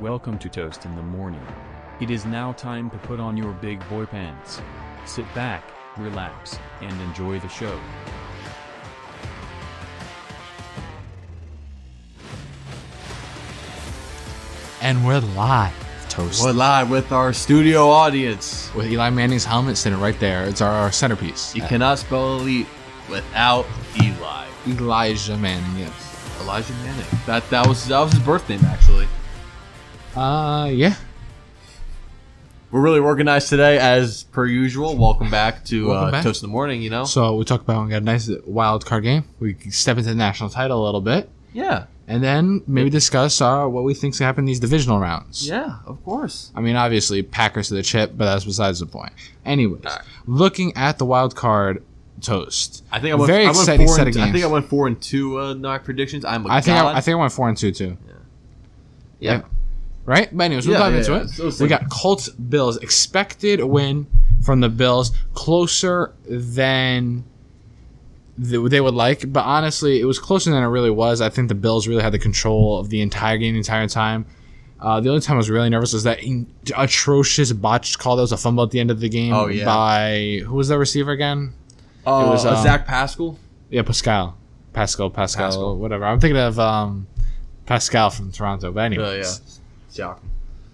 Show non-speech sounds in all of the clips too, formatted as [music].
Welcome to Toast in the Morning. It is now time to put on your big boy pants. Sit back, relax, and enjoy the show. And we're live. Toast. We're live with our studio audience. With Eli Manning's helmet sitting right there. It's our, our centerpiece. You Uh, cannot spell elite without Eli. Elijah Manning, yes. Elijah Manning. That that was that was his birth name actually. Uh, yeah. We're really organized today, as per usual. Welcome back to Welcome uh, back. Toast in the Morning. You know, So we talked about we got a nice wild card game. We can step into the national title a little bit, yeah, and then maybe discuss our, what we think's gonna happen in these divisional rounds. yeah, of course. I mean, obviously Packers to the chip, but that's besides the point. Anyways, looking at the wild card toast, I think I went. Very I went exciting four set and, of I think games. I went four and two uh, knock predictions. I'm a I think god. I, I think I went four and two too. yeah. right? But anyways, we'll Yeah, dive yeah, into yeah. it. So it's we like- got Colts Bills expected win from the Bills closer than th- they would like, but honestly, it was closer than it really was. I think the Bills really had the control of the entire game the entire time. Uh, the only time I was really nervous was that in- atrocious botched call that was a fumble at the end of the game Oh, yeah. by who was the receiver again? Uh, was, um, Zach Pascal. Yeah, Pascal, Pascal, Pascal, Pascal. whatever. I'm thinking of um, Pascal from Toronto, but anyways, Uh, yeah, Siakam.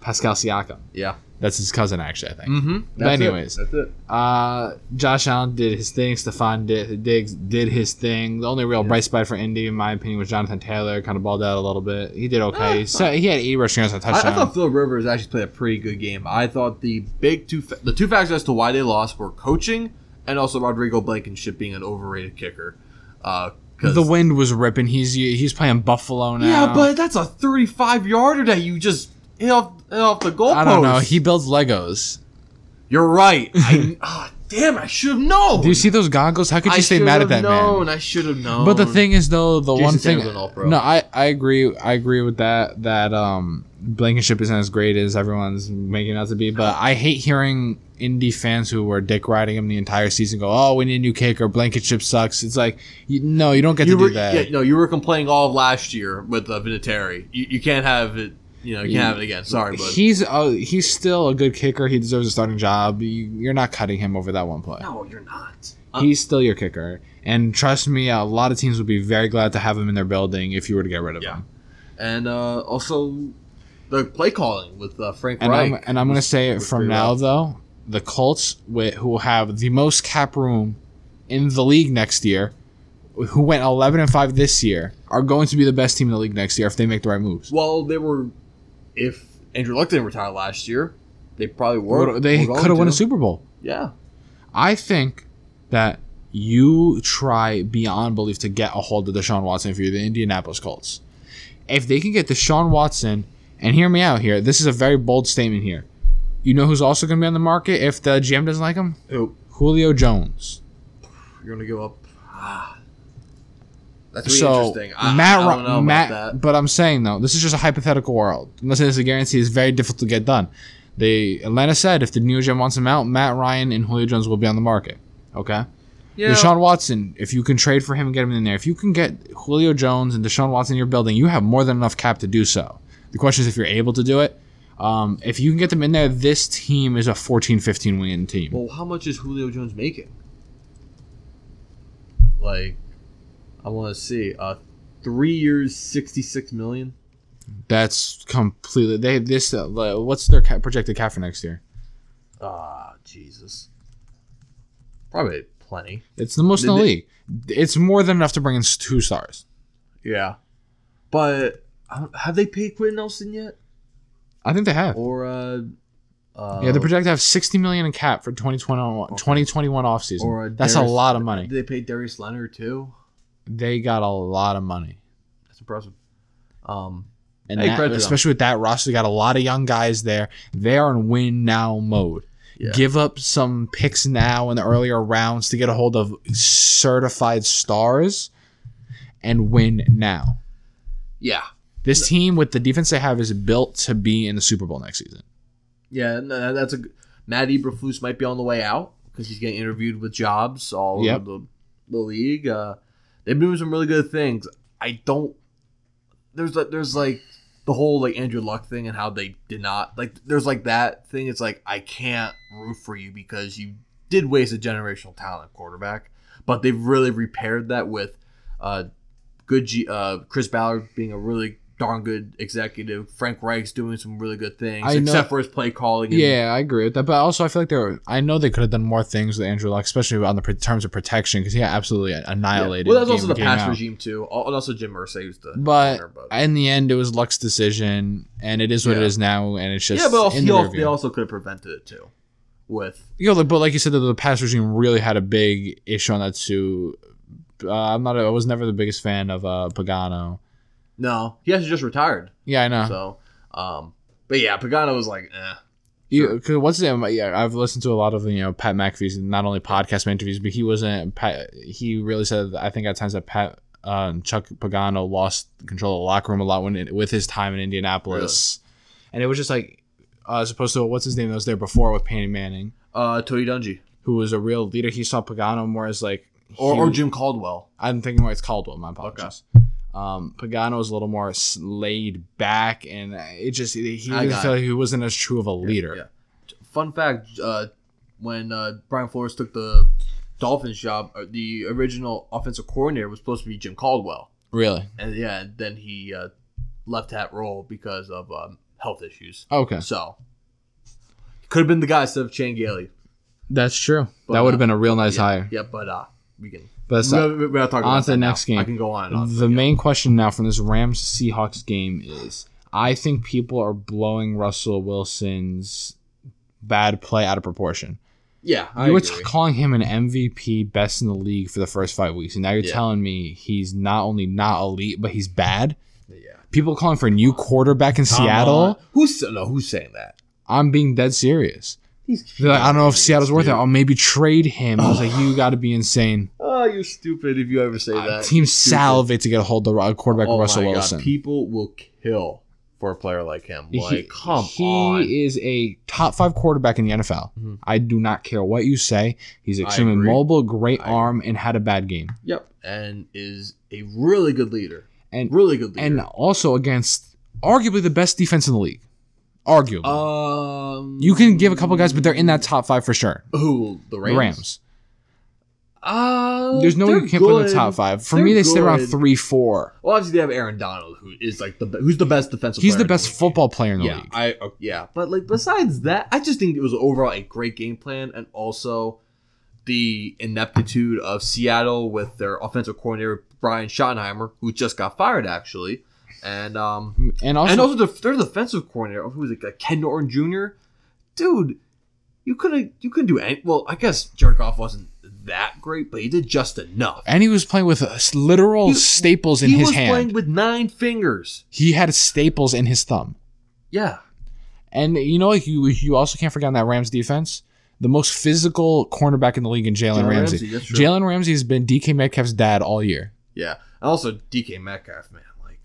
Pascal Siakam. Yeah. That's his cousin, actually. I think. Mm-hmm. anyways. that's it. Uh, Josh Allen did his thing. Stephon did, Diggs did his thing. The only real bright spot for Indy, in my opinion, was Jonathan Taylor. Kind of balled out a little bit. He did okay. so he had eight rushing yards and a Eh, I, touchdown. I thought Phil Rivers actually played a pretty good game. I thought the big two, fa- the two factors as to why they lost were coaching and also Rodrigo Blankenship being an overrated kicker. Uh, Because the wind was ripping. He's he's playing Buffalo now. yeah, but that's a thirty-five yarder that you just hit off, hit off the goalpost. I don't know. He builds Legos. [laughs] You're right. I, ah, damn, I should have known. Do you see those goggles? How could I you stay should mad have at that known. man? I should have known. But the thing is, though, the Um, Jason one Tatum's thing. an all-pro. No, I, I agree. I agree with that. That um, Blankenship isn't as great as everyone's making it out to be. But I hate hearing indie fans who were dick riding him the entire season go, "Oh, we need a new kick or Blankenship sucks." It's like, you, no, you don't get you to were, do that. yeah, no, you were complaining all of last year with uh, Vinatieri. You, you can't have it. You know, you can't have it again. Sorry, bud. He's uh, he's still a good kicker. He deserves a starting job. You, you're not cutting him over that one play. no, you're not. He's still your kicker, and trust me, a lot of teams would be very glad to have him in their building if you were to get rid of Yeah. him. and uh, also the play calling with uh, Frank And Reich. I'm and I'm gonna say it was from pretty now rough. though, the Colts wi- who will have the most cap room in the league next year, who went 11 and five this year, are going to be the best team in the league next year if they make the right moves. well, they were if Andrew Luck didn't retire last year, they probably were. What- they were could have won going a to. Super Bowl. Yeah, I think that you try beyond belief to get a hold of Deshaun Watson if you're the Indianapolis Colts. If they can get Deshaun Watson, and hear me out here, this is a very bold statement here. You know who's also going to be on the market if the GM doesn't like him? Who? Julio Jones. you're gonna go up. Ah. That's really so interesting. I, Matt, I don't know about Matt, that. but I'm saying though, this is just a hypothetical world. I'm not saying this is a guarantee. It's very difficult to get done. They Atlanta said if the New Gen wants him out, Matt Ryan and Julio Jones will be on the market. Okay, Yeah, Deshaun Watson, if you can trade for him and get him in there, if you can get Julio Jones and Deshaun Watson in your building, you have more than enough cap to do so. The question is if you're able to do it. Um, if you can get them in there, this team is a 14-15 win team. well, how much is Julio Jones making? Like, I want to see. Uh, three years, sixty-six million. That's completely they this. Uh, what's their cap, projected cap for next year? Ah, Jesus. Probably plenty. It's the most in the league. It's more than enough to bring in s- two stars. Yeah, but I don't- have they paid Quentin Nelson yet? I think they have. Or uh, uh yeah, they're projected to have 60 million in cap for 2021, 2021 offseason. Or a That's Darius- a lot of money. Did they pay Darius Leonard too? They got a lot of money. That's impressive. Um, And Hey, that- credit to them. especially with that roster, they got a lot of young guys there. They are in win now mode. Yeah. Give up some picks now in the earlier rounds to get a hold of certified stars and win now. yeah, This team with the defense they have is built to be in the Super Bowl next season. yeah. No, that's a g- Matt Eberflus might be on the way out because he's getting interviewed with jobs all Yep. over the, the league. Uh, they've been doing some really good things. I don't. There's a, there's like the whole like Andrew Luck thing and how they did not like there's like that thing. It's like I can't root for you because you did waste a generational talent quarterback, but they've really repaired that with uh, good G, uh, Chris Ballard being a really darn good executive, Frank Reich's doing some really good things I know- except for his play calling. And, Yeah, I agree with that. But also, I feel like there. Were, I know they could have done more things with Andrew Luck, especially on the pr- terms of protection, because he got absolutely annihilated. Well, that's game also in, the game past out. regime too, Al- and also Jim Irsay was the But owner, but- in the end, it was Luck's decision, and it is what it Yeah. is now, and it's just yeah, but also, in he the also, rearview. they also could have prevented it too, with you know, but like you said, the, the past regime really had a big issue on that too. Uh, I'm not. I was never the biggest fan of uh, Pagano. no, he actually just retired. Yeah, I know. So, um, but yeah, Pagano was like, eh. You, cause what's his name? Yeah, I've listened to a lot of you know Pat McAfee's not only podcast but interviews, but he wasn't. Pat, he really said I think at times that Pat um, Chuck Pagano lost control of the locker room a lot when it, with his time in Indianapolis, and it was just like uh, as opposed to what's his name that was there before with Peyton Manning, Uh, Tony Dungy who was a real leader. He saw Pagano more as like or, he- or Jim Caldwell. I'm thinking it's Caldwell. My apologies. Um, Pagano was a little more s- laid back, and it just he I got didn't feel like he wasn't as true of a leader. yeah. Fun fact: uh, when uh, Brian Flores took the Dolphins job, uh, the original offensive coordinator was supposed to be Jim Caldwell, Really? and yeah, then he uh, left that role because of um, health issues. Okay. So, could have been the guy instead of Chan Gailey. That's true. But, that would have uh, been a real nice yeah, hire. Yeah, but uh, we can. But that's We're, we're not talking on about to the that next now. game. I can go on and on. the main question now from this Rams Seahawks game is: I think people are blowing Russell Wilson's bad play out of proportion. yeah, I you were agree. t- calling him an MVP, best in the league for the first five weeks, and now you're Yeah. telling me he's not only not elite, but he's bad. yeah. People calling for a new quarterback in Seattle. Who's no? Who's saying that? I'm being dead serious. He's They're like, I don't know if Seattle's worth it. I'll maybe trade him. I was [sighs] like, you got to be insane. Oh, you're stupid if you ever say Uh, that. team Stupid. salivate to get a hold of the quarterback Oh Russell my God, Wilson. People will kill for a player like him. He- Like, come he on. is a top five quarterback in the NFL. Mhm. I do not care what you say. He's extremely agree. mobile, great I arm, and had a bad game. yep, and is a really good leader. And Really good leader. and also against arguably the best defense in the league. Arguably, um, you can give a couple guys, but they're in that top five for sure. who the Rams. Rams. Uh, There's no one they're who can put in the good. top five. For They're me, they sit around good. three, four. Well, obviously they have Aaron Donald, who is like the be- who's the best defensive. He's player the in best league. football player in the yeah, league. I uh, yeah, but like besides that, I just think it was overall a great game plan, and also the ineptitude of Seattle with their offensive coordinator Brian Schottenheimer, who just got fired actually, and um And also, and also the, their defensive coordinator, who was like a Ken Norton Jr. Dude, you couldn't you couldn't do any. Well, I guess Jerkoff wasn't that great, but he did just enough. and he was playing with uh, literal He- staples in he his was hand. playing with nine fingers. he had staples in his thumb. Yeah. And you know, like you, you also can't forget on that Rams defense, the most physical cornerback in the league in Jalen Jalen Ramsey. Ramsey, that's true. Jalen Ramsey has been DK Metcalf's dad all year. Yeah. And also DK Metcalf, man, like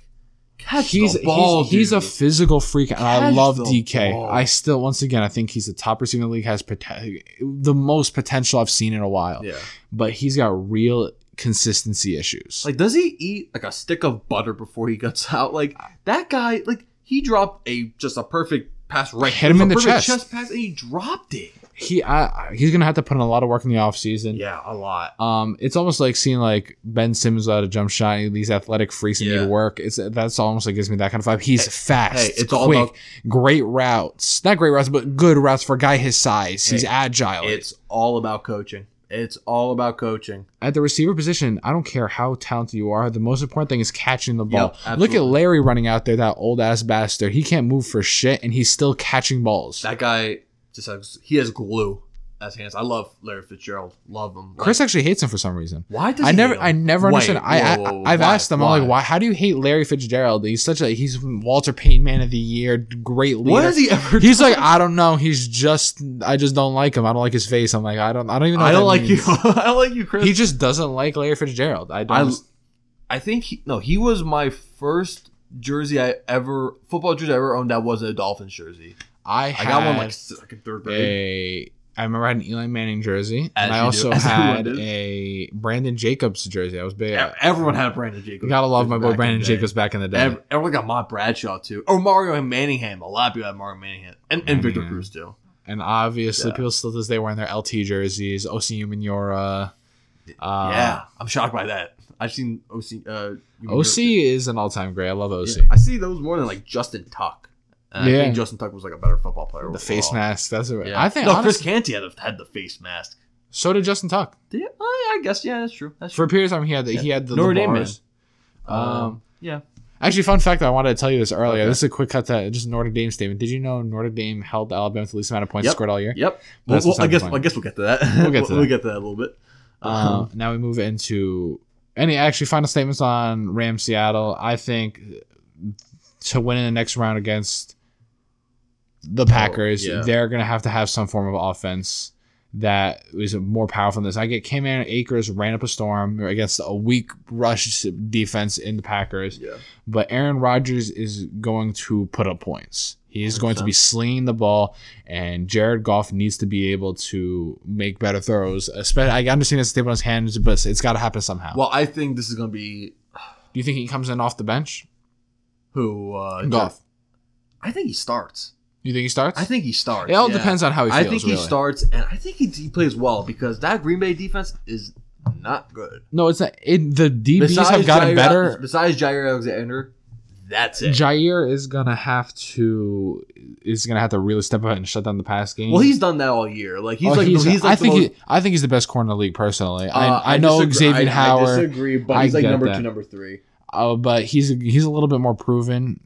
catch He's the ball. he's, he's a dude. physical freak, and I Catch love the DK. ball. I still, once again, I think he's the top receiver in the league, has poten- the most potential I've seen in a while. yeah. But he's got real consistency issues. Like, does he eat like a stick of butter before he gets [laughs] out? Like that guy, like he dropped a just a perfect pass right. Hit him it was in a the perfect chest. pass, and he dropped it. he, I, I- he's gonna have to put in a lot of work in the offseason. Yeah, a lot. Um, it's almost like seeing like Ben Simmons without a jump shot. These athletic freaks that Yeah. need work. It's that's almost like gives me that kind of vibe. He's fast. hey, it's all quick, about- great routes. Not great routes, but good routes for a guy his size. He's Hey, agile. It's all about coaching. It's all about coaching. At the receiver position, I don't care how talented you are. The most important thing is catching the ball. Yep, Look at absolutely. Larry running out there, that old ass bastard. He can't move for shit, and he's still catching balls. That guy just has he has glue as hands. I love Larry Fitzgerald. Love him. Like, Chris actually hates him for some reason. why does I he never, hate him? I never Wait, understood. I, I, whoa, whoa, I've why? asked them. I'm like, why? How do you hate Larry Fitzgerald? He's such a, he's Walter Payton Man of the Year, great leader. What has he ever? He's like, I don't know. He's just, I just don't like him. I don't like his face. I'm like, I don't, I don't even. know I what don't that like you. means. [laughs] I don't like you, Chris. He just doesn't like Larry Fitzgerald. I I, don't. I think he, no, he was my first jersey I ever football jersey I ever owned that wasn't a Dolphins jersey. I, I got one like had s- like in third grade. a I remember I had an Eli Manning jersey, As and I you do. also [laughs] As everyone had did. a Brandon Jacobs jersey. I was big. E- Everyone had Brandon Jacobs. You gotta love my Back boy in Brandon the day. Jacobs back in the day. Ev- Everyone got Mott Bradshaw too. Or Mario Manningham. A lot of people had Mario Manningham. And, and Victor Manningham. Cruz too. and obviously, Yeah. people still to this day wearing their LT jerseys. OC Umanura. Uh, yeah. I'm shocked by that. I've seen OC. Uh, you mean- OC is an all time great. I love OC. Yeah, I see those more than like Justin Tuck. And I Yeah. think Justin Tuck was like a better football player. The face mask. That's a, Yeah. I think. no, honest- Chris Canty had, the- had the face mask. so did Justin Tuck. Did he? I I guess yeah, that's true. That's For true. a period of time, he had the, he Yeah. had the, Notre the Dame man. bars. Um, yeah. actually, fun fact I wanted to tell you this earlier. Okay. This is a quick cut to just Notre Dame statement. Did you know Notre Dame held Alabama to the least amount of points Yep. scored all year? Yep. Well, That's well, beside I the guess point. I guess we'll get to that. We'll [laughs] get to we'll that. get to that a little bit. Uh-huh. Um, now we move into any actually final statements on Ram Seattle. I think to win in the next round against the Packers, yeah. they're going to have to have some form of offense that is more powerful than this. I get Cam Akers ran up a storm against a weak rush defense in the Packers, yeah. but Aaron Rodgers is going to put up points. He is going to be 100%. slinging the ball, and Jared Goff needs to be able to make better throws. Especially, I understand it's stable on his hands, but it's got to happen somehow. Well, I think this is gonna be Do you think he comes in off the bench? who uh Goff. I think he starts. You think he starts? I think he starts. it all yeah. depends on how he I feels. think he really. starts, and I think he, he plays well because that Green Bay defense is not good. No, it's not. It, the DBs have gotten Jair- better. Besides Jair Alexander, that's it. Jair is gonna have to is gonna have to really step up and shut down the pass game. well, he's done that all year. Like he's Oh, like he's, like I the think most- he, I think he's the best corner in the league personally. uh, I, I know disagree- Xavier I- I Howard. disagree, but I he's like get number that. two, number three. Oh, but he's he's a little bit more proven.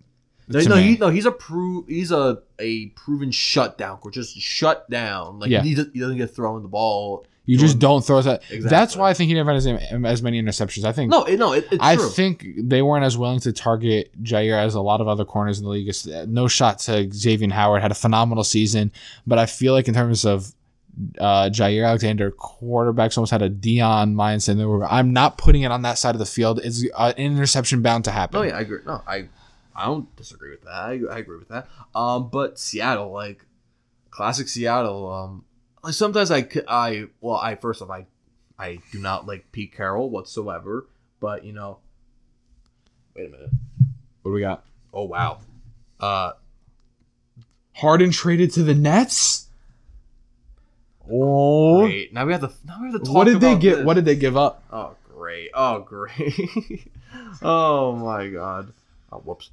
No, to no, me. he, no, he's a pro, he's a a proven shutdown, or just shut down. Like Yeah. he, does, he doesn't get thrown the ball. you just don't throw that. That's Exactly. why I think he never had as, as many interceptions. I think No, it, no, it, it's I true. think they weren't as willing to target Jair as a lot of other corners in the league. It's- uh, No shot to Xavier Howard had a phenomenal season, but I feel like in terms of uh, Jair Alexander, quarterbacks almost had a Dion mindset. They were, I'm not putting it on that side of the field. It's uh, an interception bound to happen. No, Oh, yeah, I agree. No, I, I don't disagree with that. I, I agree with that. Um, but Seattle, like classic Seattle. Um, like sometimes I, c- I, well, I first off, I, I do not like Pete Carroll whatsoever. But you know, wait a minute. What do we got? Oh wow. Uh, Harden traded to the Nets. Oh, great. Now we have to. Now we have to talk. what did they about get? this. What did they give up? Oh great! Oh great! [laughs] oh my god! Oh whoops!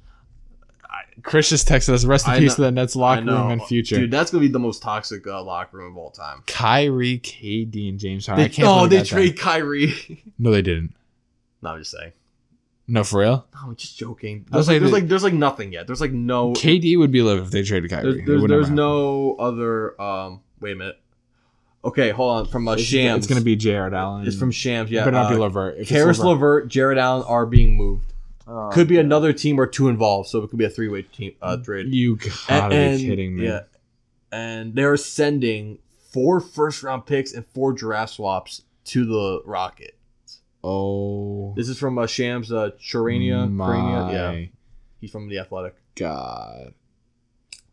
Chris just texted us. Rest in I peace to know- the Nets I locker know. room and future. dude. That's gonna be the most toxic uh, locker room of all time. Kyrie, KD, and James Harden. They, I can't [laughs] oh, believe they that trade done. Kyrie. [laughs] No, they didn't. no, I'm just saying. No, for real. No, I'm just joking. I was like, There's, like, there's they- like there's like nothing yet. There's like no KD would be livid if they traded Kyrie. there's It there's, would there's never happen. no other. Um, wait a minute. Okay, hold on. From uh, It's- Shams, It's gonna be Jared Allen. It's from Shams. It Yeah, better not be uh, Levert. If it's Karis Levert- Levert, Jared Allen are being moved. could be another team or two involved, so it could be a three way team uh, trade. Mm. You gotta be kidding me. Yeah, and they're sending four first round picks and four draft swaps to the Rocket. Oh This is from uh, Shams uh, Charania. my Charania. Yeah, he's from the Athletic. god.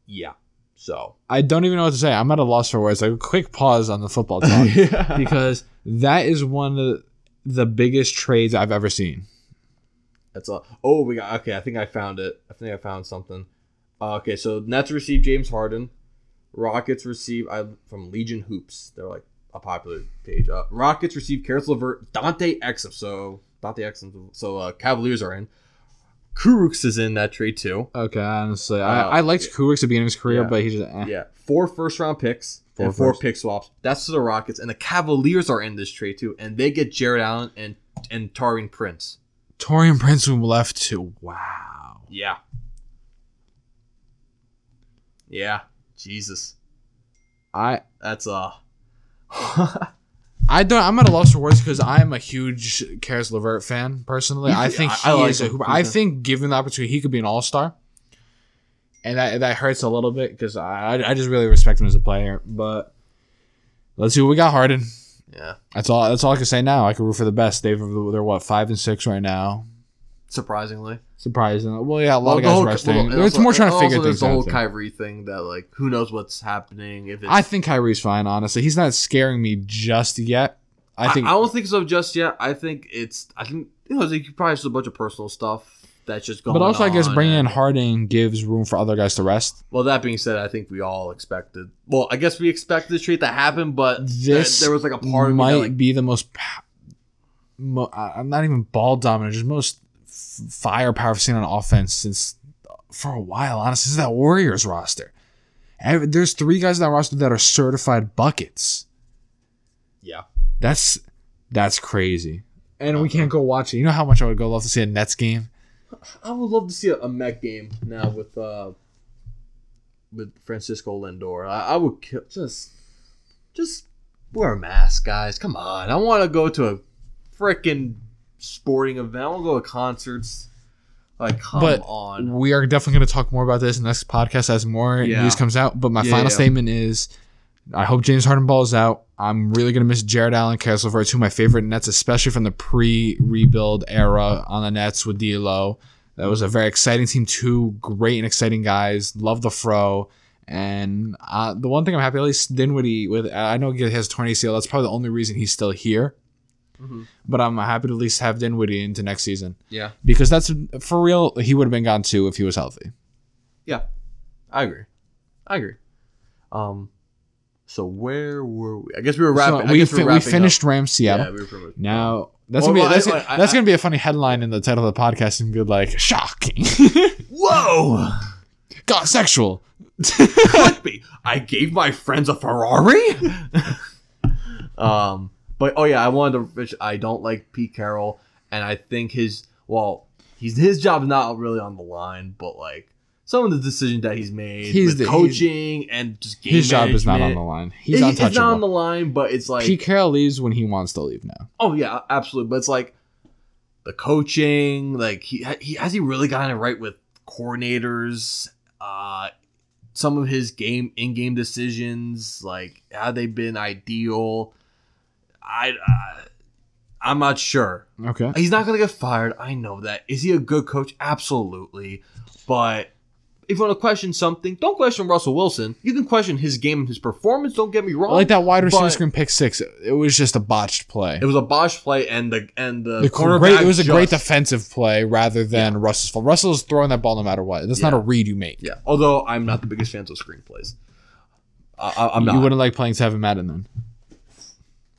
Yeah, so I don't even know what to say. I'm at a loss for words. Like a quick pause on the football [laughs] talk yeah. because that is one of the biggest trades I've ever seen. that's all. Oh, we got okay. I think I found it. I think I found something. Uh, okay, so Nets receive James Harden. Rockets receive I from Legion Hoops. They're like a popular page. Uh, Rockets receive Karis LeVert, Dante Exum. So Dante Exum. So uh, Cavaliers are in. Kuruks is in that trade too. Okay, honestly, Uh, I, I liked Kubrick's at the beginning of his career, Yeah. but he just eh. Yeah, four first round picks Four and four first. pick swaps. That's to the Rockets, and the Cavaliers are in this trade too, and they get Jared Allen and and Tarin Prince. Torian Prince who left to wow. Yeah. Yeah. Jesus. I That's uh [laughs] I don't. I'm at a loss for words because I'm a huge Karis Levert fan personally. You- I think I- he I like is a him. hooper. He's I a- think given the opportunity, he could be an all star. And that that hurts a little bit because I I just really respect him as a player. But let's see what we got. Harden. Yeah. That's all. That's all I can say now. I can root for the best. They've they're what five and six right now. surprisingly. Surprising. Well, yeah, a lot of Well, the guys whole- resting. well, it's also- more trying to also figure there's things the whole out. too. Kyrie thing that like who knows what's happening if it's, I think Kyrie's fine. Honestly, he's not scaring me just yet. I think I, don't think so just yet. I think it's I think you know like, probably just a bunch of personal stuff that's just going. But also, I guess on bringing in and- Harding gives room for other guys to rest. Well, that being said, I think we all expected. Well, I guess we expected the trade to happen, but This there, there was like a part of me might that, like, be the most. pa- Mo- I- I'm not even ball dominant, just most f- firepower I've seen on offense since for a while. Honestly, since that Warriors roster, Ev- there's three guys in that roster that are certified buckets. yeah, That's that's crazy, and we can't go watch it. You know how much I would go love to see a Nets game. I would love to see a, a Met game now with uh with Francisco Lindor. I, I would kill, just just wear a mask, guys. Come on, I want to go to a freaking sporting event. I want to go to concerts. Like, come but on. we are definitely going to talk more about this in the next podcast as more Yeah. news comes out. But my Yeah, final yeah. statement is, I hope James Harden balls out. I'm really going to miss Jared Allen, Castleberry, two of my favorite Nets, especially from the pre-rebuild era on the Nets with D'Lo. That was a very exciting team. Two great and exciting guys. Love the fro. And uh, the one thing I'm happy, at least Dinwiddie, with I know he has 20 ACL. That's probably the only reason he's still here. Mhm. But I'm happy to at least have Dinwiddie into next season Yeah, because that's for real. He would have been gone too if he was healthy. yeah, I agree. I agree. Um, so where were we? I guess we were So wrapping. I we guess fi- were we wrapping finished Up. Rams Seattle. we were pretty much- Now that's gonna Well, be well, I- that's, well, I- that's I- gonna be a funny headline in the title of the podcast and be like shocking, [laughs] Whoa! got sexual. Click me. I gave my friends [laughs] a Ferrari. um, but oh yeah, I wanted to. I don't like Pete Carroll, and I think his well, he's his job's not really on the line, but like some of the decisions that he's made He's with the- coaching and just game His job is not on the management. line. He's It- untouchable. It's not on the line, but it's like Pete Carroll leaves when he wants to leave. Now Oh yeah, absolutely. But it's like the coaching, like he, he has he really gotten it right with coordinators, uh some of his game in game decisions, like have they been ideal? I uh, I'm not sure. okay, He's not gonna get fired. I know that. Is he a good coach? Absolutely. But if you want to question something, don't question Russell Wilson. You can question his game and his performance. Don't get me wrong. like that wide receiver but- screen pick six. It was just a botched play. It was a Bosch play, and the and the, The cornerback. great, it was a great just- defensive play rather than Russell's fault. Russell is throwing that ball no matter what. That's not a read you make. Yeah. Although I'm not the biggest fan of screenplays. I, I, I'm not. You wouldn't like playing Tevin Madden then.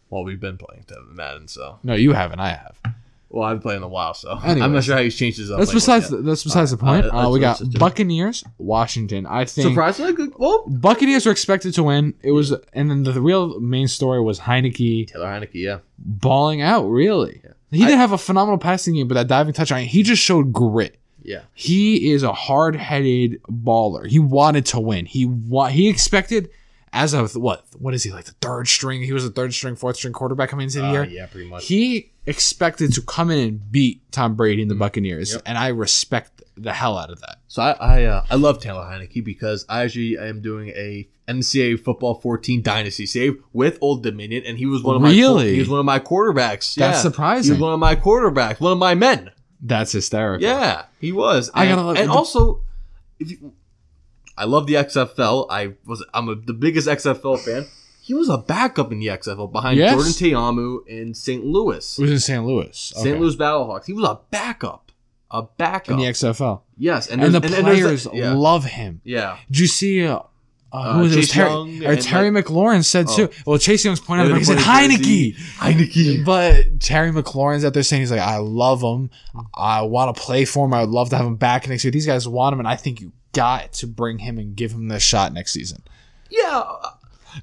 well, we've been playing Tevin Madden, so. No, you haven't. I have. Well, I've been playing in a while, so. I'm not Anyways. sure how he's changed his up. That's lately besides yet. that's besides the Alright, point. alright, Uh, we that's got what it's- Buccaneers, Washington. I think Surprisingly good. Well, Buccaneers were expected to win. It was, and then the real main story was Heineke Taylor Heineke, yeah. balling out. Really, he did have a phenomenal passing game, but that diving touchdown, he just showed grit. Yeah. He is a hard-headed baller. He wanted to win. He wa- he expected as of what what is he like the third string? He was a third string, fourth string quarterback coming into the Uh, year. yeah, pretty much. He expected to come in and beat Tom Brady and the Buccaneers, and I respect the hell out of that. So I I, uh, I love Taylor Heineke because I actually am doing a NCAA football 14 dynasty save with Old Dominion, and he was one of my Really? he was one of my quarterbacks. That's yeah. He surprising. was one of my quarterbacks, one of my men. That's hysterical. Yeah, he was. I And, gotta love- and the- also, if you, I love the XFL. I was I'm a, the biggest XFL fan. He was a backup in the XFL behind Yes. Jordan Teamu in St. Louis, It was in St. Louis. St. Okay. Louis Battlehawks. He was a backup, a backup. in the XFL. yes, And, there's- the there's players that- yeah, love him. yeah. Did you see uh, uh, who Uh, was it? It was Chase Terry, Young or and, oh. Terry McLaurin said too. Well, Chase Young's pointing out They're he said the players- Heineke. Heineke. But Terry McLaurin's out there saying he's like, I love him. I want to play for him. I would love to have him back next year. These guys want him, and I think you got to bring him and give him the shot next season. Yeah, uh,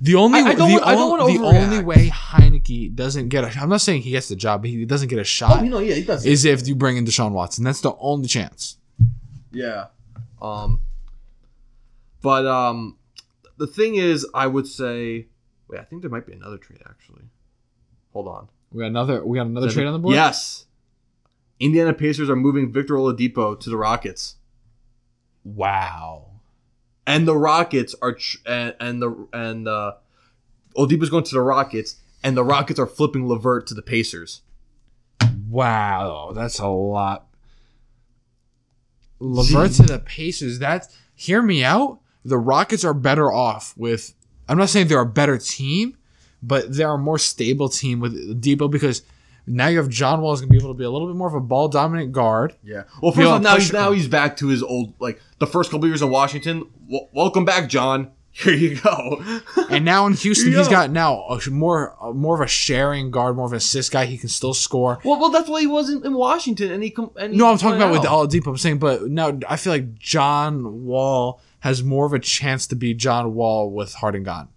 The only I- I don't the, wanna- I don't on- wanna the overreact. only way Heineke doesn't get a I'm not saying he gets the job, but he doesn't get a shot oh, you know, yeah, he does. is if you bring in Deshaun Watson. That's the only chance. Yeah. Um but um the thing is I would say wait, I think there might be another trade actually. Hold on. We got another we got another trade on the board? Yes. Indiana Pacers are moving Victor Oladipo to the Rockets. Wow. And the Rockets are tr- and, and the and uh Oladipo's going to the Rockets and the Rockets are flipping Levert to the Pacers. Wow. That's a lot. Levert to the Pacers. That hear me out. The Rockets are better off with. I'm not saying they're a better team, but they're a more stable team with Debo because now you have John Wall is going to be able to be a little bit more of a ball dominant guard. Yeah. Well, first Yo, off, now push- he's, now he's back to his old like the first couple years in Washington. W- welcome back, John. [laughs] Here you go. And now in Houston, he's Yeah. got now a sh- more a- more of a sharing guard, more of an assist guy. He can still score. well, well, that's why he wasn't in Washington, and he. Com- and he No, I'm talking about went with out. Oladipo. I'm saying, but now I feel like John Wall has more of a chance to be John Wall with Harden gone.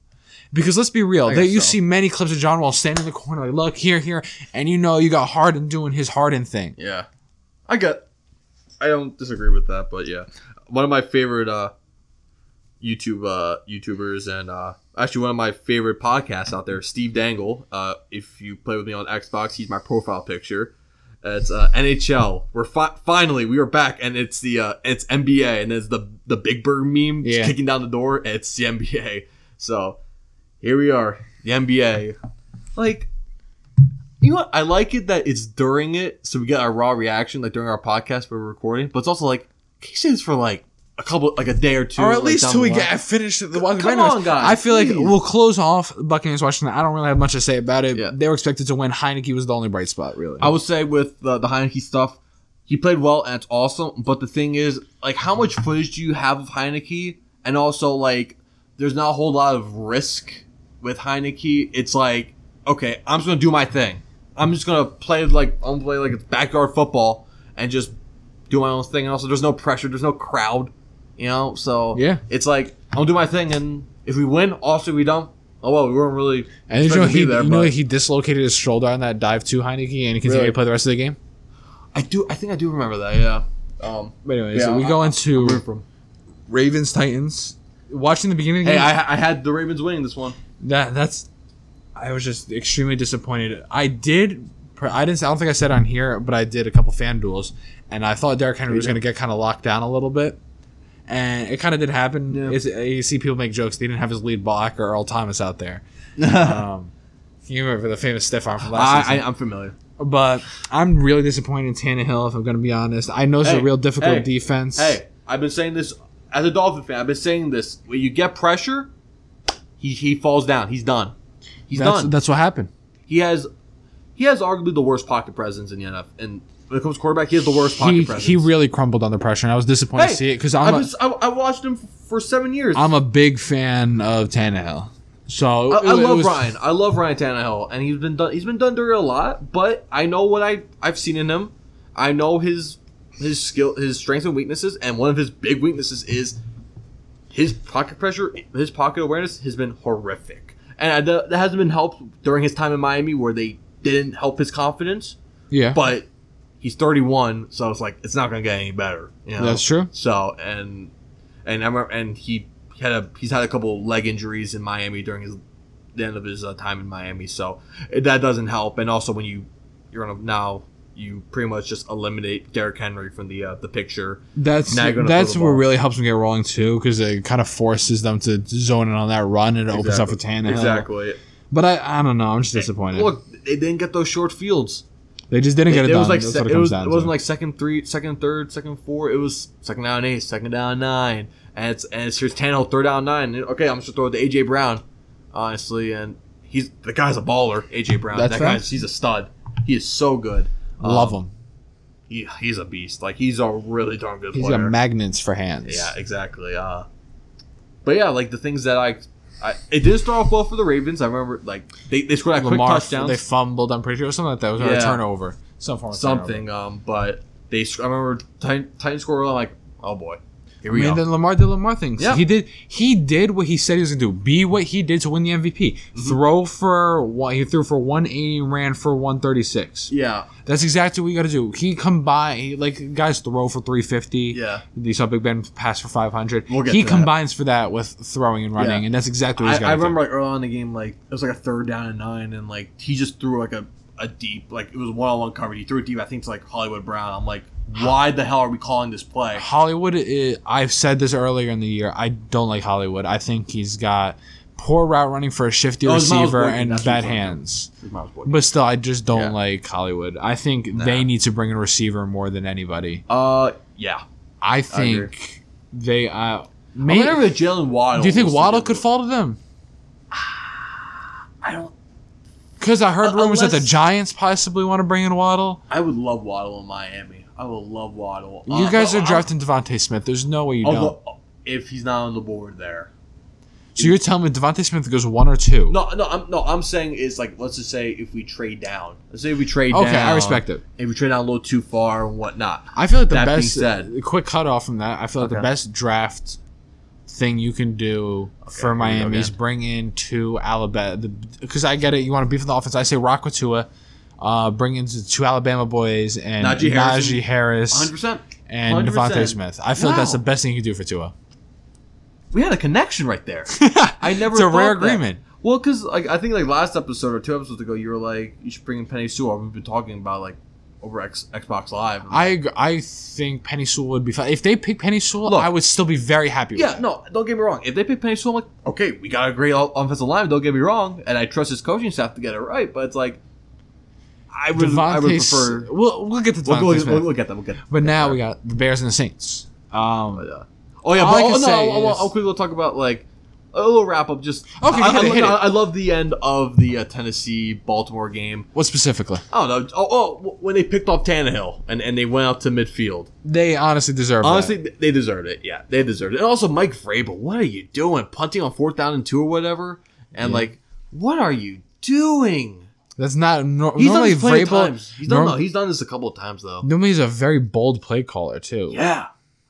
Because let's be real, there guess you so. see many clips of John Wall standing in the corner, like, look here, here, and you know you got Harden doing his Harden thing. Yeah, I got. I don't disagree with that, but yeah, one of my favorite uh, YouTube uh, YouTubers and uh, actually one of my favorite podcasts out there, Steve Dangle. Uh, if you play with me on Xbox, he's my profile picture. It's uh, NHL. We're fi- finally we are back, and it's the uh, it's NBA, and it's the the Big Bird meme Yeah. kicking down the door. It's the NBA. So here we are, the NBA. Like you know what? I like it that it's during it, so we get our raw reaction, like during our podcast where we're recording. But it's also like, can you say this for like a couple, like a day or two, Or at like, least down till the we line? get finished the one. Come on, guys, I feel like please. we'll close off Buccaneers Washington. I don't really have much to say about it. Yeah. They were expected to win. Heineke was the only bright spot, really. I would say with the, the Heineke stuff, he played well and it's awesome. But the thing is, like, how much footage do you have of Heineke? And also, like, there's not a whole lot of risk with Heineke. It's like, okay, I'm just gonna do my thing. I'm just gonna play like I'm gonna play like it's backyard football and just do my own thing. And also, there's no pressure. There's no crowd. You know, so Yeah. it's like I'll do my thing, and if we win, also we don't. Oh well, we weren't really. and did you expected know, to be he, there, you know but- he dislocated his shoulder on that dive to Heineke, and he continued Really? to play the rest of the game. I do. I think I do remember that. Yeah. Um, But anyway, Yeah, so we I- go into where from? Ravens Titans. Watching the beginning of the Hey, game, I, I had the Ravens winning this one. that that's I was just extremely disappointed. I did I didn't I don't think I said on here, but I did a couple fan duels and I thought Derrick Henry was going to get kind of locked down a little bit. And it kind of did happen. Yeah. It's, uh, you see people make jokes. They didn't have his lead blocker Earl Thomas out [laughs] there. um, you remember the famous stiff arm from last season. I, I, I'm familiar. but I'm really disappointed in Tannehill, if I'm going to be honest. I know it's Hey, a real difficult hey, defense. Hey, I've been saying this as a Dolphin fan. I've been saying this. When you get pressure, he, he falls down. He's done. He's that's, done. that's what happened. he has he has arguably the worst pocket presence in the NFL. And when it comes to quarterback, he has the worst pocket He, presence. he really crumbled under pressure, and I was disappointed Hey, to see it because I, I'm a- was, I, I watched him for seven years. i I'm a big fan of Tannehill. So I, it was- love it was- Ryan. I love Ryan Tannehill, and he's been done. He's been done dirty a lot, but I know what I I've seen in him. I know his his skill, his strengths and weaknesses, and one of his big weaknesses is his pocket pressure, his pocket awareness has been horrific, and I- that that hasn't been helped during his time in Miami, where they didn't help his confidence. Yeah, But he's 31, so it's like it's not gonna get any better. You know? that's true. So and and I remember, and he had a he's had a couple leg injuries in Miami during his the end of his uh, time in Miami. So it, that doesn't help. And also when you you're gonna now you pretty much just eliminate Derrick Henry from the uh, the picture. That's Now you're gonna that's throw the what ball. really helps them get rolling too, because it kind of forces them to zone in on that run, and it opens up for Tannehill. Exactly. But I, I don't know. I'm just disappointed. Look, they didn't get those short fields. they just didn't get it, It done. was like that's se- what it, it comes was, down it wasn't to. like second three, second third, second four. It was second down eight, second down nine, and it's and it's here's Tannehill third down nine. And, Okay, I'm just gonna throw it to AJ Brown, honestly, and he's the guy's a baller. AJ Brown, That's that fair. guy's he's a stud. He is so good. Um, Love him. He, he's a beast. Like he's a really darn good He's player. got magnets for hands. Yeah, exactly. Uh, but yeah, like the things that I, I it did start off well for the Ravens. I remember like they, they scored that Lamar. quick touchdown They fumbled. I'm pretty sure it was something like that. It was Yeah. a turnover. Some form of turnover. something. Um, but they sc- I remember Titan, Titan score. I'm like, oh boy, here we I mean, go. then Lamar did Lamar things. Yeah. He did he did what he said he was gonna do. Be what he did to win the MVP. Mm-hmm. Throw for one. He threw for one eighty, ran for one thirty six. yeah, That's exactly what you got to do. He combine he- like guys throw for three fifty. Yeah. the saw Big Ben pass for five hundred. We'll get he to that. combines for that with throwing and running, Yeah. and that's exactly what I, he's got I to do. remember like early on in the game, like it was like a third down and nine, and like he just threw like a, a deep, like it was one on one coverage. He threw it deep. I think it's like Hollywood Brown. I'm like, why the hell are we calling this [sighs] play? Hollywood. i I've said this earlier in the year. I don't like Hollywood. I think he's got poor route running for a shifty Oh, it was Miles receiver Boykin. and That's what bad he's talking about. hands. But still, I just don't Yeah. like Hollywood. I think they need to bring in a receiver more than anybody. Uh, yeah, I agree. think they. Uh, may- Maybe, whenever the Jalen Waddle. do you think was the Waddle good could one. fall to them? I don't. Because I heard Uh, rumors that the unless- Giants possibly want to bring in Waddle. I would love Waddle in Miami. I would love Waddle. You Uh, guys but are I'm- drafting Devonte Smith. There's no way you don't. Although, if he's not on the board there, So you're telling me Devonte Smith goes one or two? no, no, I'm no, I'm saying is like let's just say if we trade down, let's say we trade Okay, down. I respect it. If we trade down a little too far and whatnot, I feel like the That being best said- a quick cutoff from that. I feel like the Okay. best draft thing you can do here for we go Miami is again. bring in two Alabama. Because I get it, you want to beef in the offense. I say rock with Tua, uh, bring in the two Alabama boys and Najee Najee Harris Harris, and- 100. percent and Devontae Smith. I feel like that's Wow. the best thing you can do for [laughs] Tua. We had a connection [laughs] right there. I never. It's a rare thought that. agreement. Well, because like I think like last episode or two episodes ago, you were like you should bring in Penny Sewell. We've been talking about like over X, Xbox Live. I ag- I think Penny Sewell would be fine. If they pick Penny Sewell, Look. I would still be very happy. with Yeah, that. no, don't get me wrong. If they pick Penny Sewell, I'm like, okay, we got a great o- offensive line. Don't get me wrong, and I trust his coaching staff to get it right. But it's like, I would, I would Devontae S- prefer. We'll, we'll get to We'll, Devontae we'll, Smith. we'll, we'll get that. We'll get. That. but now we got the Bears and the Saints. Um, But, uh, oh yeah, All but I oh, can no, say I'll, I'll, is- I'll quickly talk about like a little wrap up. Just Okay, I, hit I, it, hit I, it. I love the end of the uh, Tennessee Baltimore game. what specifically? I don't know. Oh, oh, w- when they picked off Tannehill and and they went out to midfield. They honestly deserve. Honestly, that. th- they deserved it. Yeah, they deserved it. And also, Mike Vrabel, what are you doing? Punting on fourth down and two or whatever? And like, what are you doing? that's not nor- He's normally done this plenty of Vrabel. times. He's done, norm- no, he's done this a couple of times though. normally he's a very bold play caller too. Yeah,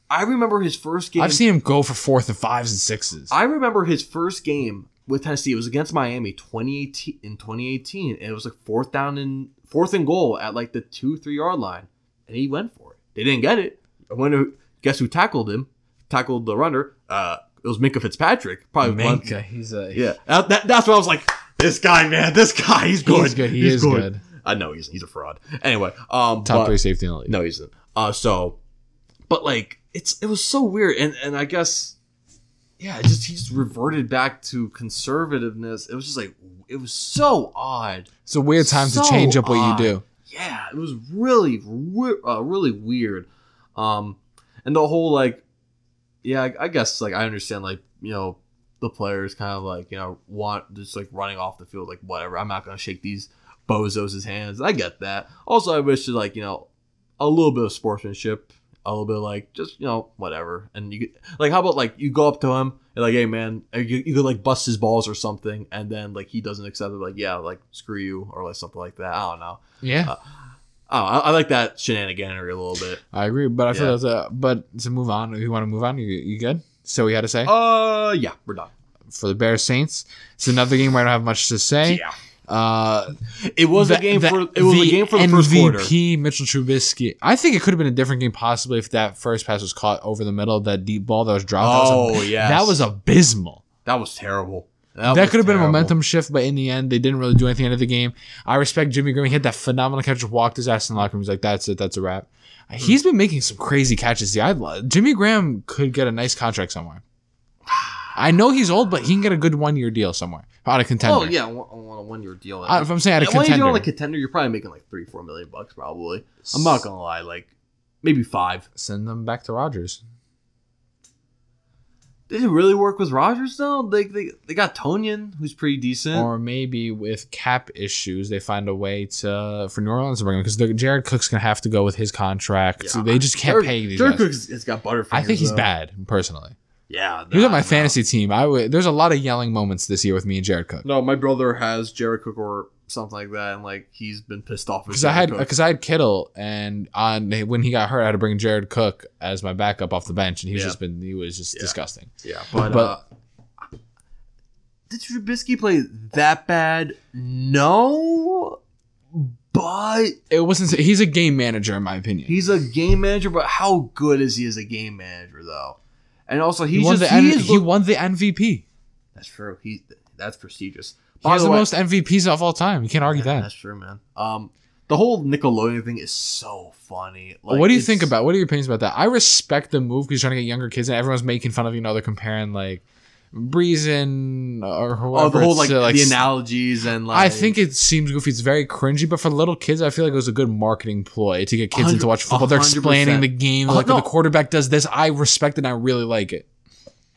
I remember his first game. I've seen him go for fourth and fives and sixes. I remember his first game with Tennessee. It was against Miami, 2018 in 2018, and it was like fourth down and fourth and goal at like the two three yard line, and he went for it. They didn't get it. I wonder guess who tackled him? Tackled the runner. Uh, it was Minka Fitzpatrick. Probably one- he's a Yeah, that, that- that's what I was like. This guy, man, this guy, he's good. He's good. He is good. I know he's he's a fraud. Anyway, um, top but- three safety in the league. no, he isn't. Uh, so, but like, it's it was so weird, and and I guess, yeah, it just he just reverted back to conservativeness. It was just like it was so odd. It's a weird time So to change up what odd. you do. Yeah, it was really we- uh, really weird. Um, and the whole like, yeah, I, I guess like I understand like you know the players kind of like you know want just like running off the field like whatever. I'm not gonna shake these bozos' hands. I get that. Also, I wish to like you know a little bit of sportsmanship, a little bit of, like just you know whatever. And you could- like how about like you go up to him and like hey man, or you, you could like bust his balls or something, and then like he doesn't accept it. Like yeah, like screw you or like something like that. I don't know. Yeah, Oh, I, I like that shenaniganery a little bit. I agree. But I feel yeah. that's a. But to move on, you want to move on? You, you good? So we had to say Uh, yeah, we're done. for the Bears Saints. It's another game where I don't have much to say. Yeah, Uh, it was a that- game that- for it was a game for the first quarter. MVP Mitchell Trubisky. I think it could have been a different game possibly if that first pass was caught over the middle, that deep ball that was dropped. that was Oh ab- yeah, that was abysmal. that was terrible. that was could have been a terrible. momentum shift, but in the end, they didn't really do anything at the end of the game. I respect Jimmy Graham. He had that phenomenal catch, walked his ass in the locker room. He's like, "That's it, that's a wrap." Hmm. He's been making some crazy catches. Yeah, I'd love, Jimmy Graham could get a nice contract somewhere. I know he's old, but he can get a good one-year deal somewhere on a contender. Oh yeah, on on a one year deal. I, if I'm saying at a when contender, you're on a contender, you're probably making like three, four million bucks probably. I'm not gonna lie, like maybe five. send them back to Rogers. Did it really work with Rogers though? Like they, they got Tonyan, who's pretty decent. or maybe with cap issues, they find a way to for New Orleans to bring him because Jared Cook's gonna have to go with his contract. Yeah. So they just can't Jared- pay these. Jared guys. Cook's has got butterfingers. I think he's though. bad personally. Yeah, He was nah, on my no. fantasy team. I would. There's a lot of yelling moments this year with me and Jared Cook No, my brother has Jared Cook or something like that, and like he's been pissed off. with because I Jared had Cook. because I had Kittle and on when he got hurt, I had to bring Jared Cook as my backup off the bench, and he was Yeah. just been he was just disgusting. Yeah, but, But- uh, did Trubisky play that bad? No, but It wasn't. He's a game manager in my opinion. he's a game manager. But how good is he as a game manager, though? And also, he he's won just the he N- is he look- won the MVP. that's true. He that's prestigious. He By has the the, way- most MVPs of all time. You can't argue Yeah, that. That's true, man. Um, the whole Nickelodeon thing is so funny. Like, what do you it's- think about? What are your opinions about that? I respect the move because you're trying to get younger kids, and everyone's making fun of you. Know they're comparing like Breezen or whoever. Oh, the whole it's, like, uh, the s- analogies and like I think it seems goofy. It's very cringy, but for little kids, I feel like it was a good marketing ploy to get kids Hundred- into watch football. They're a hundred explaining percent. the game. Oh, Like no. the quarterback does this. I respect it. and I really like it.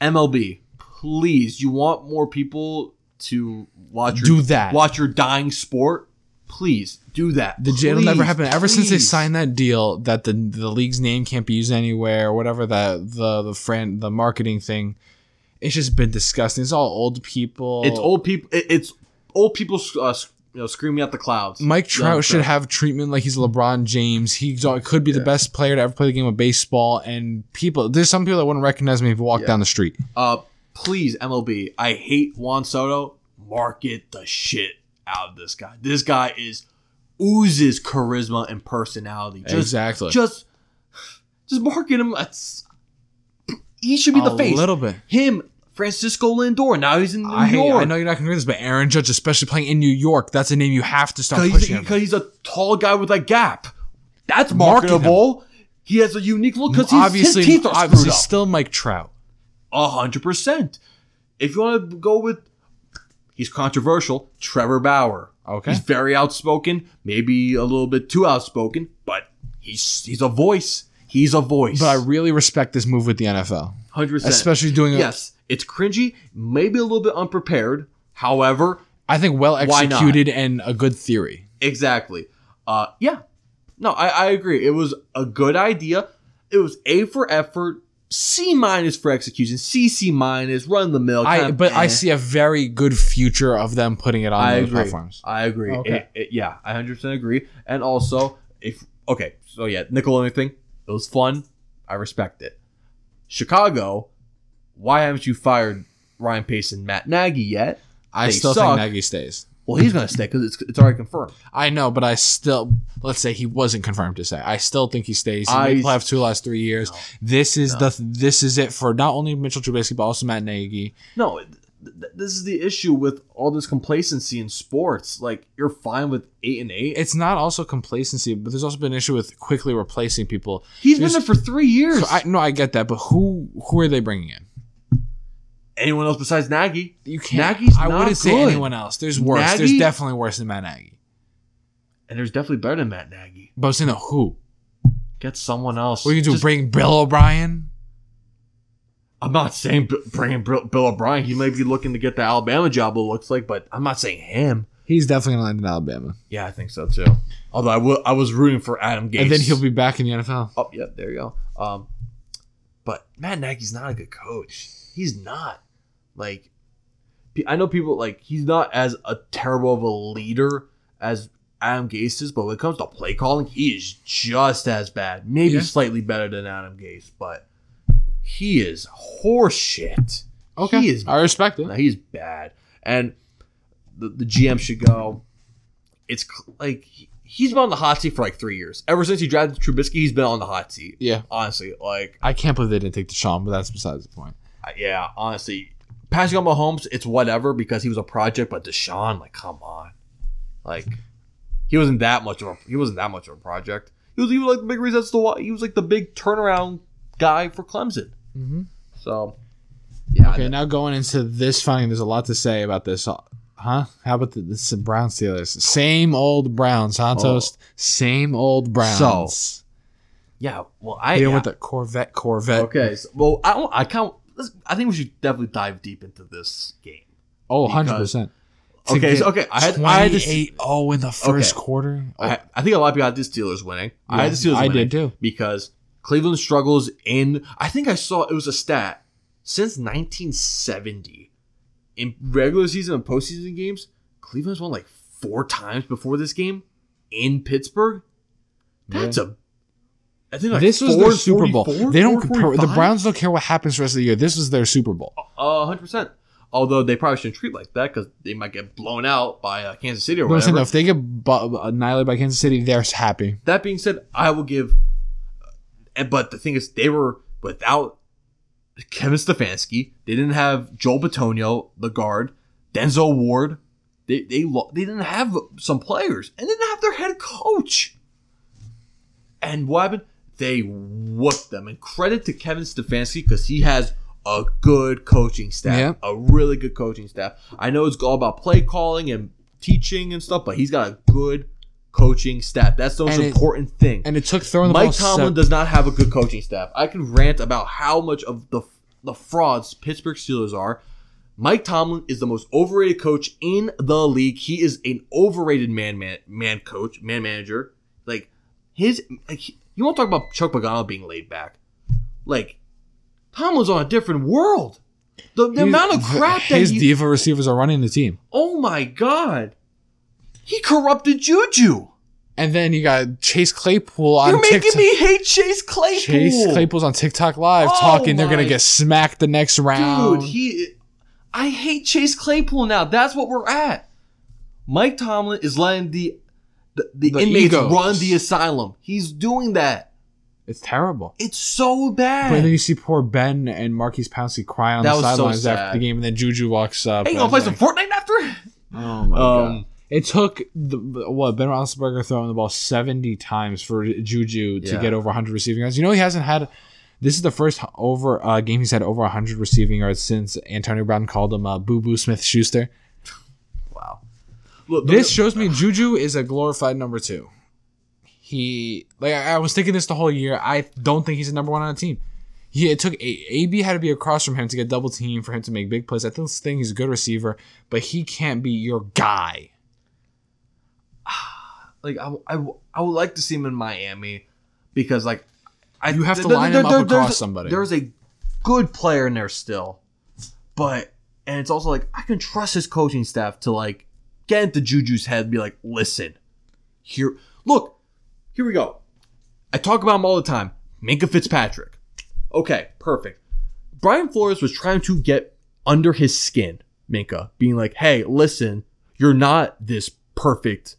MLB. Please, you want more people to watch your, Do that. Watch your dying sport. Please do that. The jail never Please, happened. Ever since they please. signed that deal, that the the league's name can't be used anywhere, or whatever that the the friend the marketing thing, it's just been disgusting. It's all old people. it's old people. It, it's old people uh, sc- you know, screaming at the clouds. Mike Trout Young should have treatment like he's LeBron James. He could be the best player to ever play the game of baseball. And people, there's some people that wouldn't recognize me if I walked down the street. Uh, please, MLB. I hate Juan Soto. Market the shit out of this guy. This guy is oozes charisma and personality. Just, exactly. Just, just market him. It's- he should be the a face. little bit. him, Francisco Lindor. Now he's in New I, hate, York. I know you're not going to do this, but Aaron Judge, especially playing in New York, that's a name you have to start because he's, pushing. because he's a tall guy with a gap. That's Market him. marketable. He has a unique look because obviously, his teeth are screwed obviously up. still Mike Trout. A hundred percent. If you want to go with, he's controversial. Trevor Bauer. Okay. He's very outspoken. Maybe a little bit too outspoken, but he's he's a voice. He's a voice. But I really respect this move with the NFL, hundred percent. especially doing. it. yes, it's cringy. Maybe a little bit unprepared. However, I think well Why not? executed and a good theory. Exactly. Uh, yeah. No, I, I agree. It was a good idea. It was A for effort, C minus for execution, C C minus run of the mill. I kinda but I eh. see a very good future of them putting it on I those agree. platforms. I agree. Okay. It- it- yeah, I hundred percent agree. And also, if okay, so yeah, Nickelodeon thing. It was fun. I respect it. Chicago, why haven't you fired Ryan Pace and Matt Nagy yet? I They still think suck. Nagy stays. Well, he's gonna stay because it's it's already confirmed. I know, but I still let's say he wasn't confirmed to say. I still think he stays. He I- made playoffs two last three years. This is the this is it for not only Mitchell Trubisky but also Matt Nagy. No, th- th- this is the issue with all this complacency in sports. Like you're fine with eight and eight. It's not also complacency, but there's also been an issue with quickly replacing people. He's been there's- there for three years. So I no, I get that, but who who are they bringing in? Anyone else besides Nagy? You can't. Nagy's I not wouldn't say good. anyone else. There's worse. There's Nagy- definitely worse than Matt Nagy. And there's definitely better than Matt Nagy. But I'm saying the who. Get someone else. What are you gonna do? Just- bring Bill O'Brien? I'm not saying b- bringing Bill, Bill O'Brien. He may be looking to get the Alabama job. It looks like, but I'm not saying him. He's definitely gonna land in Alabama, Yeah, I think so too. Although I wa- I was rooting for Adam Gase. and then he'll be back in the NFL. Oh, yeah, there you go. Um, but Matt Nagy's not a good coach. He's not. Like, pe- I know people like he's not as a terrible of a leader as Adam Gase is, but when it comes to play calling, he is just as bad. Maybe Yeah. slightly better than Adam Gase, but he is horseshit. Okay, He is I respect it. no, he's bad, and the, the GM should go. It's cl- like he, he's been on the hot seat for like three years. Ever since he drafted Trubisky, he's been on the hot seat. Yeah. Honestly, like I can't believe they didn't take Deshaun, but that's besides the point. I- Uh, yeah, honestly, passing on Mahomes, it's whatever because he was a project. But Deshaun, like, come on, like he wasn't that much of a he wasn't that much of a project. He was, he was like the big reason that's the why he was like the big turnaround guy for Clemson. Mhm. So yeah, Okay, now going into this finding, there's a lot to say about this. uh, Huh? How about the, this Brown Steelers? Same old Browns, huh, Oh. Toast? Same old Browns. So, yeah. Well, I dealing yeah. with the Corvette, Corvette. Okay. So, well, I don't, I can't. Let's, I think we should definitely dive deep into this game. Oh, 100%. To Okay. So, get okay. I had, I had this. 28 0 in the first Okay. quarter. I, I think a lot of people had the Steelers winning. I had the Yeah, Steelers I winning did too. because Cleveland struggles in. I think I saw it was a stat since 1970 in regular season and postseason games. Cleveland's won like four times before this game in Pittsburgh. That's a. I think like Oh, this was four their Super Bowl. 44, They don't 445? compare, the Browns don't care what happens the rest of the year. This was their Super Bowl. Uh, 100%. Although they probably shouldn't treat like that because they might get blown out by uh, Kansas City or But I'm saying, whatever. though, if they get bu- uh, annihilated by Kansas City, they're happy. That being said, I will give. and- But the thing is, they were without Kevin Stefanski. They didn't have Joel Batonio, the guard, Denzel Ward. They they lo- they didn't have some players and didn't have their head coach. And what happened? They whooped them. And credit to Kevin Stefanski because he has a good coaching staff, Yeah. a really good coaching staff. I know it's all about play calling and teaching and stuff, but he's got a good coaching staff. That's the most And it- important thing. And it took throwing the Mike ball. Tomlin sev- does not have a good coaching staff. I can rant about how much of the the frauds Pittsburgh Steelers are. Mike Tomlin is the most overrated coach in the league. He is an overrated man man man coach, man manager. Like his like he- you want to talk about Chuck Pagano being laid back. Like Tomlin's on a different world. The, the He's- amount of crap that his he diva receivers are running the team. Oh my god. He corrupted Juju. And then you got Chase Claypool on You're making TikTok. me hate Chase Claypool. Chase Claypool's on TikTok live Oh talking they're gonna my- get smacked the next round. Dude, he. I hate Chase Claypool now. That's what we're at. Mike Tomlin is letting the the, the, The inmates egos. run the asylum. He's doing that. it's terrible. It's so bad. But then you see poor Ben and Marquise Pouncey crying on That the was so sidelines sad. after the game, and then Juju walks up. hey, you and I gonna play was some like, Fortnite after? Oh my Um, god! It took the what Ben Roethlisberger throwing the ball seventy times for Juju to Yeah. get over hundred receiving yards. You know he hasn't had. This is the first over uh, game he's had over hundred receiving yards since Antonio Brown called him uh, Boo Boo Smith Schuster. Wow. Look, This shows me Juju is a glorified number two. He like I I was thinking this the whole year. I don't think he's a number one on a team. He it took a AB had to be across from him to get double team for him to make big plays. I think this thing he's a good receiver, but he can't be your guy. like I, I, I would like to see him in Miami because like I You have to there- line there- him up there- across there's- somebody. There's a good player in there still, but and it's also like I can trust his coaching staff to like get into Juju's head and be like, listen, here, look, here we go. I talk about him all the time. Minka Fitzpatrick. Okay, perfect. Brian Flores was trying to get under his skin, Minka, being like, "Hey, listen, you're not this perfect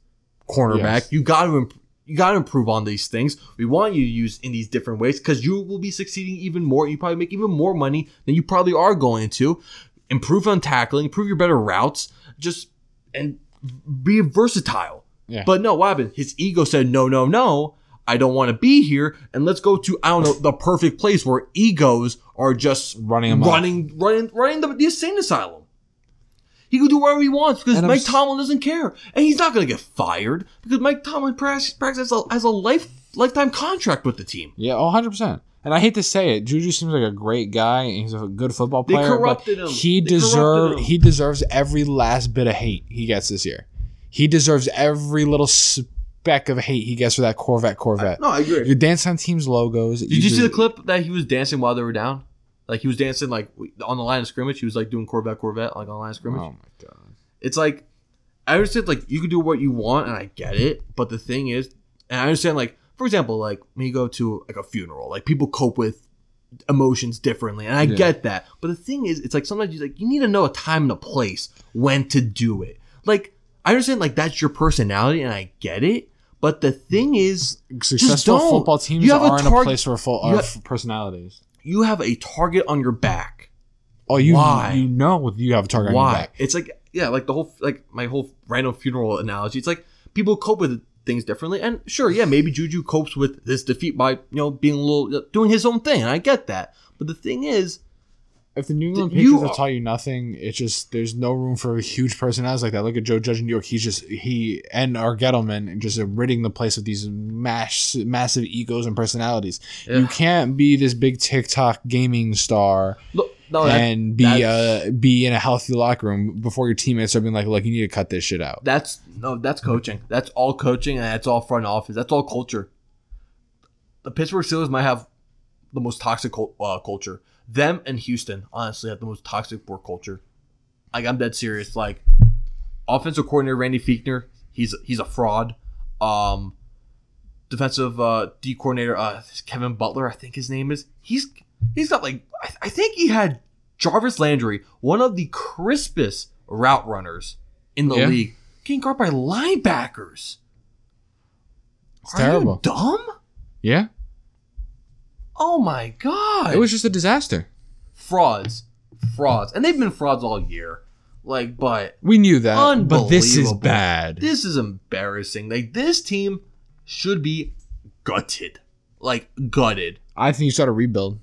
cornerback. Yes. You got to imp- you got to improve on these things. We want you to use in these different ways because you will be succeeding even more. You probably make even more money than you probably are going to. Improve on tackling. Improve your better routes. Just and be versatile." Yeah. But no, what happened? His ego said, no, no, no. I don't want to be here. And let's go to, I don't know, the perfect place where egos are just Running him up. running, running, running the, the insane asylum. He can do whatever he wants because And I'm Mike s- Tomlin doesn't care. And he's not going to get fired because Mike Tomlin practices, practices as, a, has a life, lifetime contract with the team. Yeah, oh, 100%. And I hate to say it, Juju seems like a great guy and he's a good football They player. but corrupted him. He They deserve corrupted him. he deserves every last bit of hate he gets this year. He deserves every little speck of hate he gets for that Corvette Corvette. No, I agree. Your dance on team's logos. Did you see the clip that he was dancing while they were down? Like he was dancing like on the line of scrimmage. He was like doing Corvette, Corvette, like on the line of Oh scrimmage. my god. it's like I understand like you can do what you want and I get it, but the thing is and I understand like for example, like when you go to like a funeral, like people cope with emotions differently, and I Yeah. get that. But the thing is, it's like sometimes you like you need to know a time and a place when to do it. Like I understand like that's your personality and I get it, but the thing is Successful don't. football teams You have a are in a target- place where full you are have- f- personalities. you have a target on your back. Oh, you Why? you know you have a target on your why back. it's like yeah like the whole like my whole random funeral analogy it's like people cope with things differently and sure yeah maybe juju copes with this defeat by you know being a little doing his own thing and i get that but the thing is If the New England you Patriots have are- taught you nothing, it's just there's no room for huge personalities like that. Look at Joe Judge in New York; he's just he and our Gettleman just ridding the place of these mass massive egos and personalities. You Yeah. can't be this big TikTok gaming star look no Oh, that, and be that's- uh be in a healthy locker room before your teammates are being like, "Look, you need to cut this shit out." that's no that's coaching that's all coaching and that's all front office that's all culture the pittsburgh steelers might have the most toxic cul- uh, culture them and houston honestly have the most toxic work culture like I'm dead serious. Like offensive coordinator Randy Fiechner, he's he's a fraud. Um, defensive uh, D coordinator uh, Kevin Butler, I think his name is. He's he's got like I, I think he had Jarvis Landry, one of the crispest route runners in the Yeah. league, getting guarded by linebackers. It's Are terrible. You dumb? yeah, Oh my god! it was just a disaster. frauds, frauds, and they've been frauds all year. Like, but We knew that, but this is Unbelievable. bad. This is embarrassing. Like this team should be gutted. Like gutted. I think you start a rebuild.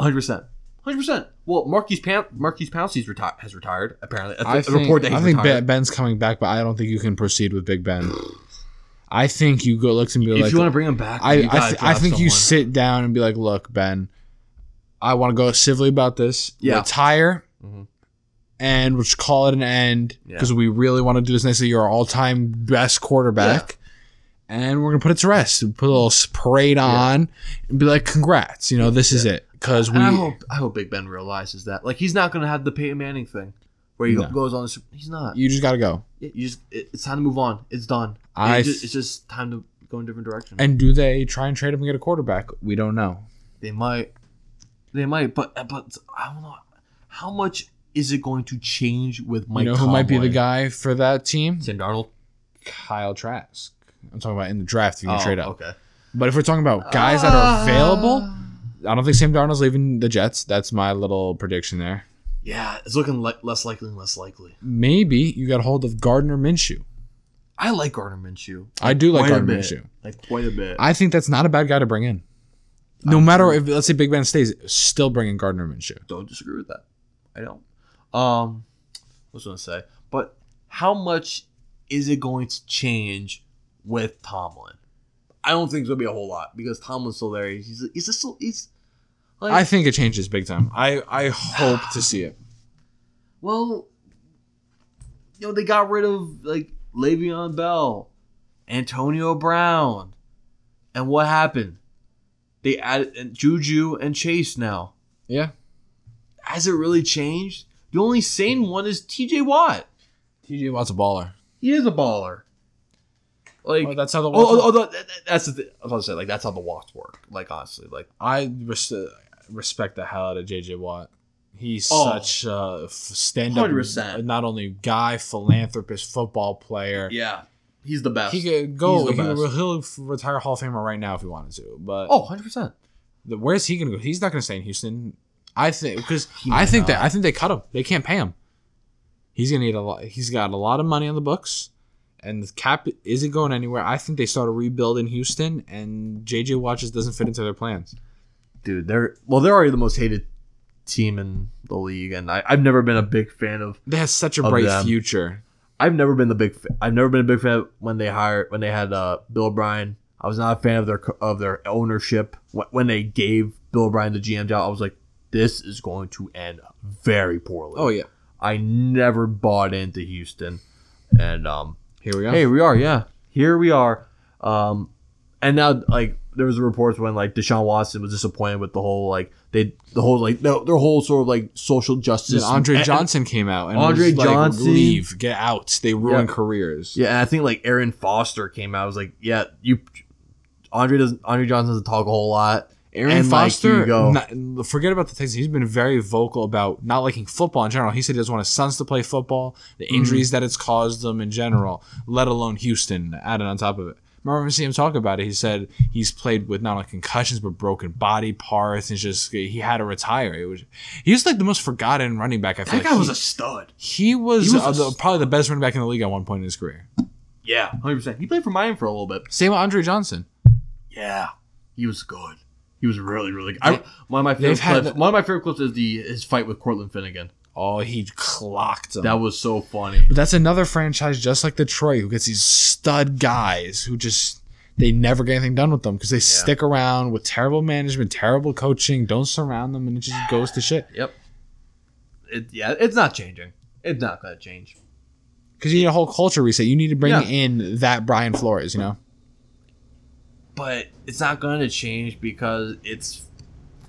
100%. 100%. hundred percent. Well, Marquise Pam- Marquise Pouncey's reti- has retired apparently. That's I the- the think, report that he's I think retired. Ben, Ben's coming back, but I don't think you can proceed with Big Ben. I think you go look and be if like, you want to bring him back, I, I, you gotta th- I draft think you someone. sit down and be like, look, Ben, I want to go civilly about this. Yeah. Retire Mhm. and we'll just call it an end Yeah. because we really want to do this next year. You're our all time best quarterback. And we're going to put it to rest. Put a little s- parade on and be like, congrats. You know, this is it. Because we. And I hope I hope Big Ben realizes that. Like he's not going to have the Peyton Manning thing where he No. goes on. The, Super- he's not. You, You just got to go. just it, it's time to move on. It's done. I I. th- it's just time to go in a different direction. And do they try and trade him and get a quarterback? We don't know. they might. They might, but uh, but I don't know how much is it going to change with Mike. you know who might be the Conley? guy for that team? Sam Darnold. Kyle Trask. I'm talking about in the draft. You can Oh, trade up. Okay. But if we're talking about guys that are available, Ah. I don't think Sam Darnold's leaving the Jets. That's my little prediction there. Yeah, it's looking like less likely and less likely. Maybe you got hold of Gardner Minshew. I like Gardner Minshew. I do like Quite a Gardner bit. Minshew. Like quite a bit. I think that's not a bad guy to bring in. No matter if let's say Big Ben stays, still bring in Gardner Minshew. don't disagree with that. I don't. Um, what was I gonna say? But how much is it going to change with Tomlin? I don't think it's gonna be a whole lot because Tomlin's still there. He's he's, he's still he's like I think it changes big time. I I hope to see it. well, you know they got rid of like Le'Veon Bell, Antonio Brown, and what happened? They added and Juju and Chase now. Yeah. Has it really changed? The only sane one is T.J. Watt. TJ Watt's a baller. he is a baller. Like, Oh, oh, that's how the oh, oh, that- that- that's the thing. I was gonna say, like, that's how the walks work. Like, honestly, like, I res- respect the hell out of JJ Watt. He's Oh. such a f- stand-up, 100%. not only guy, philanthropist, football player. yeah, he's the best. He could go. He's He the best. will retire Hall of Famer right now if he wanted to. But oh, 100%. the- where's he gonna go? He's not gonna stay in Houston. I think because He I might think not. that I think they cut him. They can't pay him. He's gonna need a lot. He's got a lot of money on the books, and the cap isn't going anywhere. I think they start a rebuild in Houston, and JJ Watt just doesn't fit into their plans. Dude, they're, well, they're already the most hated team in the league, and I, I've never been a big fan of, They have such a Of bright them. future. I've never been the big, fa- I've never been a big fan when they hired, when they had, uh, Bill O'Brien. I was not a fan of their, co- of their ownership. Wh- When they gave Bill O'Brien the GM job, I was like, this is going to end very poorly. Oh yeah, I never bought into Houston. And um here we go. hey, we are, yeah. Here we are. Um and now like there was reports when like Deshaun Watson was disappointed with the whole like they the whole like their, their whole sort of like social Then justice e-, Andre and- Johnson came out and eh, Andre was like, Johnson. leave, get out. They ruin Yeah. careers. Yeah, and I think like Aaron Foster came out. I was like, yeah, you Andre doesn't Andre Johnson doesn't talk a whole lot. Aaron And, like, Foster, you go- not- forget about the Texans. He's been very vocal about not liking football in general. He said he doesn't want his sons to play football, the Mm-hmm. injuries that it's caused them in general, let alone Houston added on top of it. Remember when I see him talk about it? He said he's played with not only concussions but broken body parts. It's just he had to retire. It was he was like the most forgotten running back. I feel That like. guy was he, a stud. he was, he was a uh, the- s- probably the best running back in the league at one point in his career. Yeah, hundred percent. He played for Miami for a little bit. Same with Andre Johnson. Yeah, he was good. He was really, really good. I, They- one of my they've favorite had the- clips. one of my favorite clips is the his fight with Cortland Finnegan. Oh, he clocked him. That was so funny. But that's another franchise just like Detroit who gets these stud guys who just they never get anything done with them because they stick around with terrible management, terrible coaching, don't surround them, and it just goes to shit. Yep. It, yeah, it's not changing. It's not gonna change. Because you need a whole culture reset. You need to bring Yeah. in that Brian Flores, you know? But it's not gonna change because it's.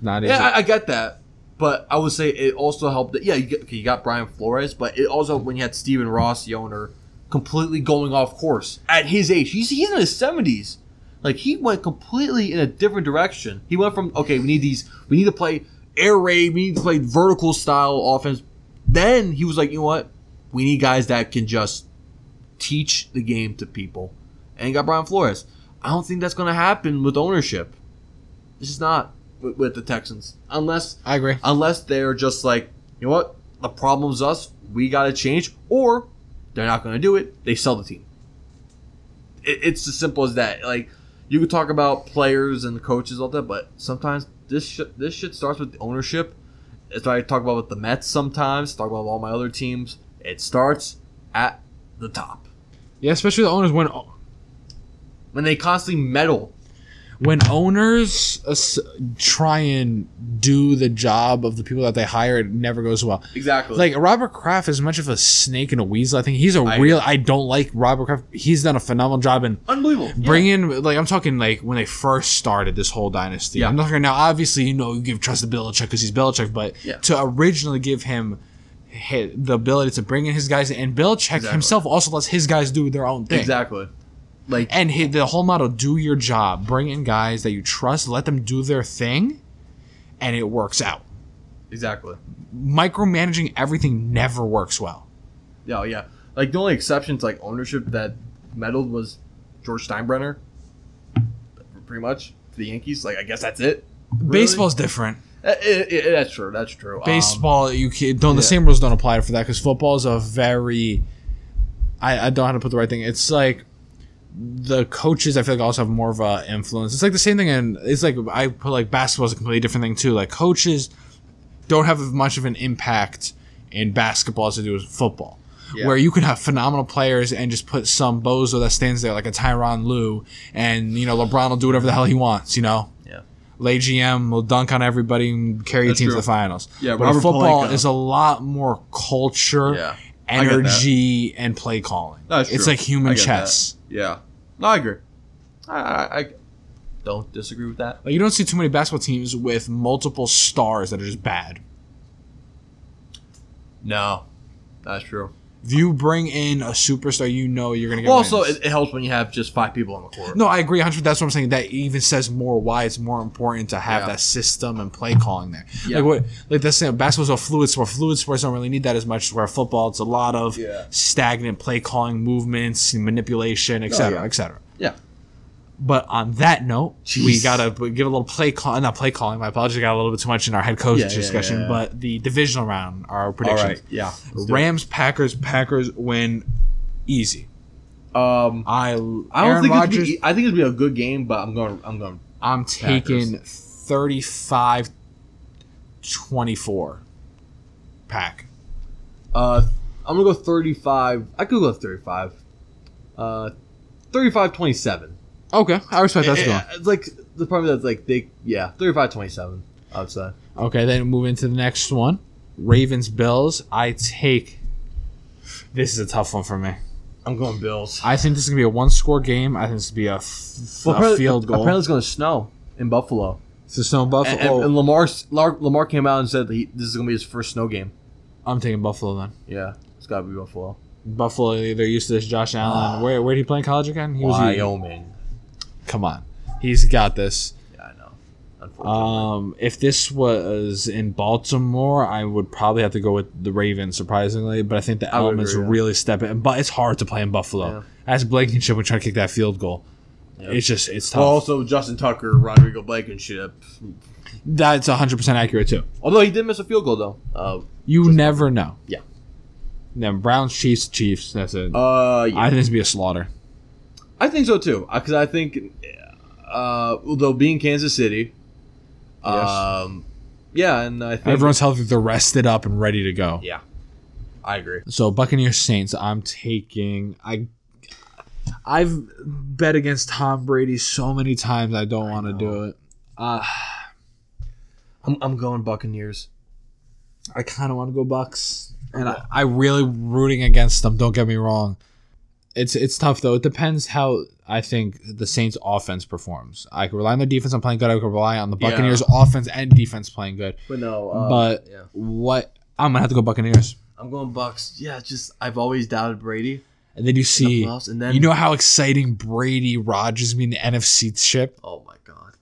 Not easy. Yeah, I, I get that. But I would say it also helped. That, yeah, you, get, okay, you got Brian Flores, but it also when you had Steven Ross, the owner, completely going off course at his age. He's he's in his seventies. Like he went completely in a different direction. He went from okay, we need these, we need to play air raid, we need to play vertical style offense. Then he was like, you know what? We need guys that can just teach the game to people. And he got Brian Flores. I don't think that's going to happen with ownership. This is not with, with the Texans, unless I agree. unless they're just like, you know what, the problem's us. We got to change, or they're not going to do it. They sell the team. It, it's as simple as that. Like you could talk about players and coaches all that, but sometimes this sh- this shit starts with ownership That's what I talk about with the Mets sometimes. Talk about all my other teams. It starts at the top Yeah, especially the owners when when they constantly meddle. when owners uh, s- try and do the job of the people that they hire, it never goes well. Exactly. Like Robert Kraft is much of a snake and a weasel. I think he's a real. I don't like Robert Kraft. He's done a phenomenal job in unbelievable. Bring in like I'm talking like when they first started this whole dynasty. Yeah. I'm not talking now. Obviously, you know you give trust to Belichick because he's Belichick, but Yeah. to originally give him hi- the ability to bring in his guys, and Belichick Exactly. himself also lets his guys do their own thing. Exactly. Like And he, the whole model: do your job, bring in guys that you trust, let them do their thing, and it works out. exactly. Micromanaging everything never works well. Yeah, oh, yeah. Like the only exception to like ownership that meddled was George Steinbrenner. Pretty much for the Yankees. Like I guess that's it. Really? Baseball's different. Eh, eh, eh, that's true. That's true. Um, baseball you can don't the yeah. same rules don't apply for that because football is a very I, I don't know how to put the right thing it's like the coaches i feel like also have more of a influence it's like the same thing and it's like i put like basketball is a completely different thing too like coaches don't have as much of an impact in basketball as they do with football Yeah. Where you could have phenomenal players and just put some bozo that stands there like a Tyron Lue, and you know LeBron will do whatever the hell he wants. You know, yeah. lay GM will dunk on everybody and carry That's a team to true. the finals. Yeah, but Robert football Palenka. is a lot more culture, Yeah. I get that. energy, and play calling. No, it's it's true. like human I get chess. Yeah. No, I agree. I, I, I don't disagree with that. Like you don't see too many basketball teams with multiple stars that are just bad. No, that's true. If you bring in a superstar, you know you're gonna get. Well, also wins. it, it helps when you have just five people on the court. no, I agree, hundred. That's what I'm saying. That even says more why it's more important to have Yeah. that system and play calling there. Yeah. Like what, like that's saying, basketball's a fluid sport. Fluid sports don't really need that as much. Where football, it's a lot of Yeah. stagnant play calling, movements, and manipulation, etc., Oh, yeah. etc. Yeah. But on that note, we Jeez. gotta b- give a little play call. Not play calling. My apologies. I Got a little bit too much in our head coach Yeah, yeah, discussion, yeah, yeah. but the divisional round, our All predictions. right. Yeah. let's do it. Rams, Packers, Packers win easy. Um, I I I don't Aaron think it's Rodgers. gonna be, e- I think it'd be a good game, but I'm going. I'm going. I'm taking 35 24 pack. Uh, I'm gonna go 35. I could go 35. Uh, 35 27. Okay, I respect that's Eh, going. eh, It's like the problem that's like they yeah 35 27. I would say. Okay, then move into the next one. Ravens Bills. I take This is a tough one for me. I'm going Bills. I think this is going to be a one-score game. I think this is going to be a, f- a field goal. Apparently, it's gonna snow in Buffalo. So snow Buffalo. And, and, and Lamar's, Lar- Lamar came out and said that he, this is going to be his first snow game. I'm taking Buffalo then. Yeah, it's got to be Buffalo. Buffalo, they're used to this Josh Allen. Where where did he play in college again? He Wyoming. Come on. He's got this. Yeah, I know. Unfortunately. Um, if this was in Baltimore, I would probably have to go with the Ravens, surprisingly. But I think the would elements agree, yeah. really step in. But it's hard to play in Yeah. Buffalo. As Blankenship would try to kick that field goal. It's just it's tough. well, also, Justin Tucker, Rodrigo Blankenship. That's hundred percent accurate too. Although he did miss a field goal, though. Uh, You never know. yeah. Then Browns, Chiefs, Chiefs. That's it. uh, yeah. I think this would be a slaughter. I think so, too. Because I think, uh, they'll be in Kansas City. Um, Yeah, and I think. Everyone's healthy. They're rested up and ready to go. yeah. I agree. So Buccaneers Saints, I'm taking I I've bet against Tom Brady so many times I don't want to do it. Uh, I'm, I'm going Buccaneers. I kind of want to go Bucks and I, I really rooting against them, don't get me wrong. It's it's tough though. It depends how I think the Saints offense performs. I could rely on their defense on playing good. I could rely on the Yeah. Buccaneers offense and defense playing good. But no. Uh, but yeah. what I'm gonna have to go Buccaneers. I'm going Bucks. Yeah, just I've always doubted Brady. And then you see, Nothing else, and then- you know how exciting Brady Rogers mean the NFC chip. Oh my god.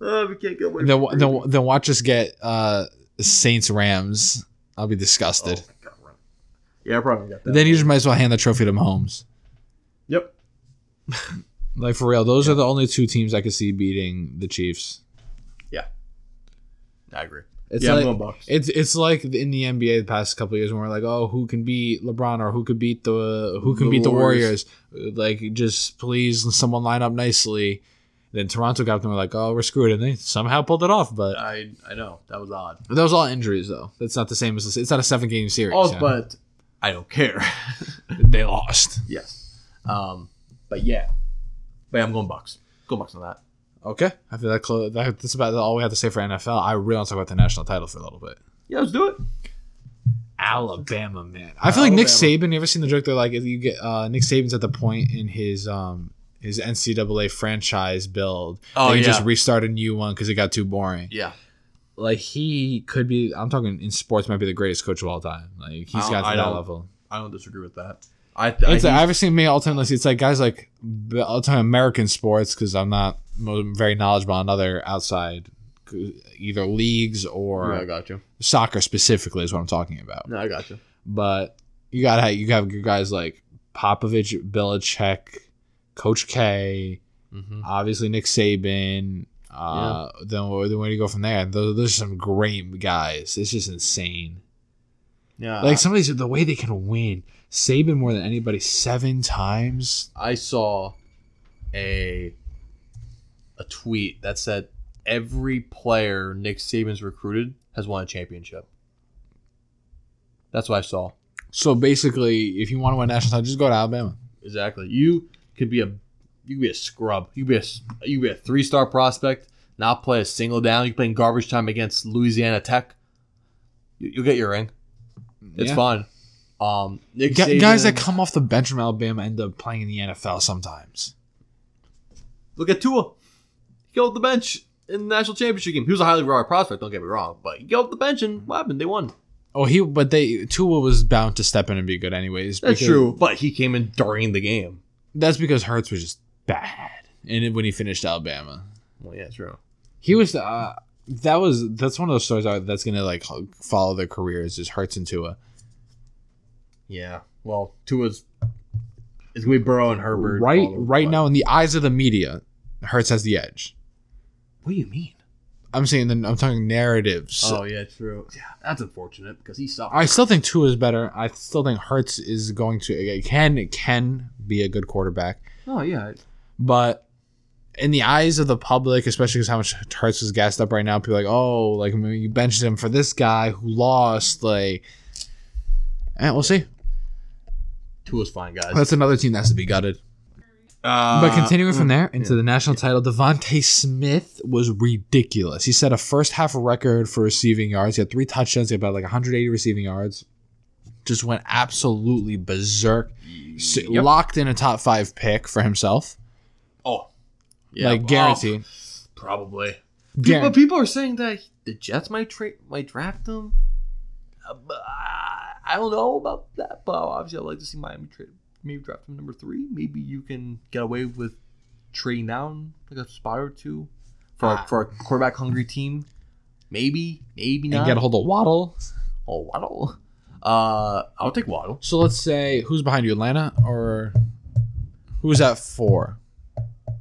Oh, we can't get away. Then, from then, Brady. then watch us get uh, Saints Rams. I'll be disgusted. Oh my god. we're- Yeah, I probably got that. Then you just might as well hand the trophy to Mahomes. yep. Like for real, those are the only two teams I could see beating the Chiefs. I agree. It's yeah, like, I'm going Bucks. It's it's like in the NBA the past couple of years when we're like, oh, who can beat LeBron or who could beat the who can The beat Warriors. the Warriors? Like, just please someone line up nicely. Then Toronto got up and were like, "Oh, we're screwed," and they somehow pulled it off. But I I know that was odd. that was all injuries, though. That's not the same as it's not a seven game series. Oh, you know? but I don't care. [laughs] they lost. yes. Um, but yeah, but yeah, I'm going Bucks. Go Bucks on that. Okay, I feel that, clo- that that's about all we have to say for NFL. I really want to talk about the national title for a little bit. Yeah, let's do it. Alabama man. I feel like Nick Alabama. Saban. You ever seen the joke? They're like, if you get uh, Nick Saban's at the point in his um his NCAA franchise build. Oh, that he just yeah. restart a new one because it got too boring. Yeah, Like he could be. I'm talking in sports. Might be the greatest coach of all time. Like he's I- got to I that don't- level. I don't disagree with that. I, I It's like, think- I haven't seen many all time lists. It's like guys like b- all time American sports because I'm not mo- very knowledgeable on other outside either leagues or Yeah, I got you. soccer specifically is what I'm talking about. No, I got you. but you gotta have, you have your guys like Popovich, Belichick, Coach K, Mm-hmm. obviously Nick Saban. Uh, Then where, then where do you go from there? Those, those are some great guys. It's just insane. Yeah, like some of these, the way they can win. Saban more than anybody seven times. I saw a a tweet that said every player Nick Saban's recruited has won a championship. That's what I saw. So basically, if you want to win national title, just go to Alabama. Exactly. You could be a you could be a scrub. You could be a s- you could be a three star prospect. Not play a single down. You play in garbage time against Louisiana Tech. You, you'll get your ring. It's Yeah. fun. Um, Nick Gu- guys Saban- that come off the bench from Alabama end up playing in the NFL sometimes. Look at Tua. He killed the bench in the national championship game. He was a highly regarded prospect, don't get me wrong, but he killed the bench and what happened? They won. Oh, he but they Tua was bound to step in and be good anyways. That's because- true. But he came in during the game. That's because Hertz was just bad, and it- when he finished Alabama, Well, yeah, true. he was. Uh, that was that's one of those stories that- that's gonna like follow their careers is Hertz and Tua. Yeah. Well, Tua's it's gonna be Burrow and Herbert. Right, all over the right place. now, in the eyes of the media, Hertz has the edge. What do you mean? I'm saying, then I'm talking narratives. oh yeah, true. Yeah, that's unfortunate because he sucked. I still think Tua is better. I still think Hertz is going to can can be a good quarterback. oh yeah. but in the eyes of the public, especially because how much Hurts is gassed up right now, people are like, oh, like I mean, you benched him for this guy who lost. Like, and we'll see. Tua's fine, guys. That's another team that has to be gutted. Uh, But continuing from there into the national title, Devontae Smith was ridiculous. He set a first half record for receiving yards. He had three touchdowns. He had about like 180 receiving yards. Just went absolutely berserk. S- Yep. Locked in a top five pick for himself. Oh. Yeah. like, well, guaranteed. probably. Guaran- People, people are saying that the Jets might trade, might draft him. Uh, but I I don't know about that, but obviously I'd like to see Miami trade, maybe draft him number three. Maybe you can get away with trading down like a spot or two for Ah. a, for a quarterback hungry team. Maybe, maybe and not. get a hold of Waddle. oh, Waddle. Uh, I'll take Waddle. So let's say who's behind you, Atlanta or who's at four?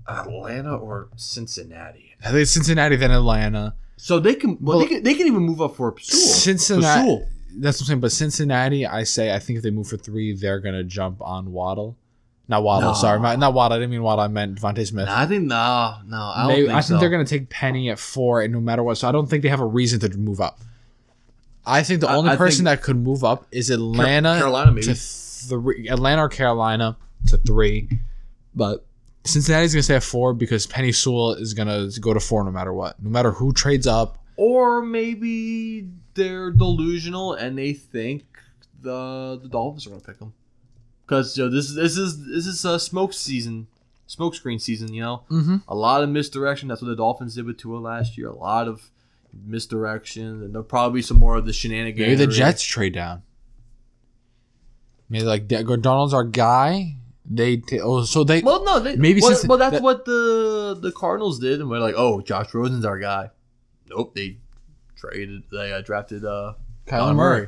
Atlanta or Cincinnati. I think it's Cincinnati, then Atlanta. So they can, well, Well- they can, they can even move up for Sewell. Cincinnati. For Sewell. That's what I'm saying. But Cincinnati, I say, I think if they move for three, they're gonna jump on Waddle. Not Waddle. No. Sorry, my, not Waddle. I didn't mean Waddle. I meant Devontae Smith. Nah, I think no, no. I They- I don't think, think, so. they're gonna take Penny at four, and no matter what, so I don't think they have a reason to move up. I think the I- only I person think- that could move up is Atlanta, Carolina, maybe. to three, Atlanta or Carolina to three, but Cincinnati's gonna stay at four because Penny Sewell is gonna go to four no matter what, no matter who trades up. Or maybe they're delusional and they think the the Dolphins are gonna pick them. Because you know, this is this is this is a smoke season, smoke screen season. You know, Mm-hmm. a lot of misdirection. That's what the Dolphins did with Tua last year. A lot of misdirection, and there'll probably be some more of the shenanigans. Maybe the Jets trade down. Maybe like De- Donald's our guy. They t- oh so they Well, no, they, Maybe maybe well, since- well, that's that- what the the Cardinals did, and we're like, oh, Josh Rosen's our guy. Nope, they traded, they uh, drafted uh, Kyler Murray.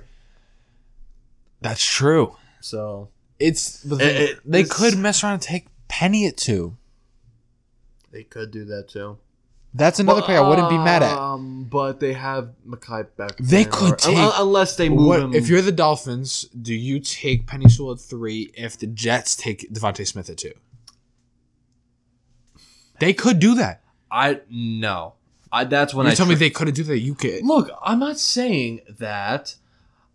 That's true. So It's but It- they, it- they it's- could mess around and take Penny at two. they could do that too. That's another player I wouldn't be mad at. Um, but they have Makai Beckman. They could or- take- un- unless they move What, him. if you're the Dolphins, do you take Penny Sewell at three if the Jets take Devontae Smith at two? They could do that. I no. I that's when You I tell me tr- they couldn't do that. You could. Look, I'm not saying that.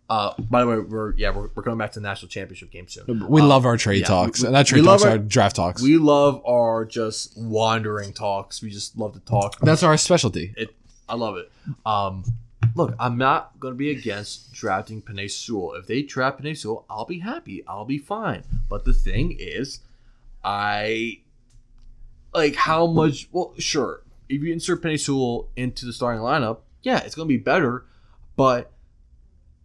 Uh, by the way, we're yeah, we're, we're coming back to the national championship game soon. We love our trade uh, yeah, talks. we- Not trade we love talks. Our, our- draft talks. We love our just wandering talks. We just love to talk. That's our specialty. It, I love it. Um, look, I'm not going to be against drafting Panay Sewell. If they draft Panay Sewell, I'll be happy. I'll be fine. But the thing is, I like how much. Well, sure, if you insert Panay Sewell into the starting lineup, yeah, it's going to be better. But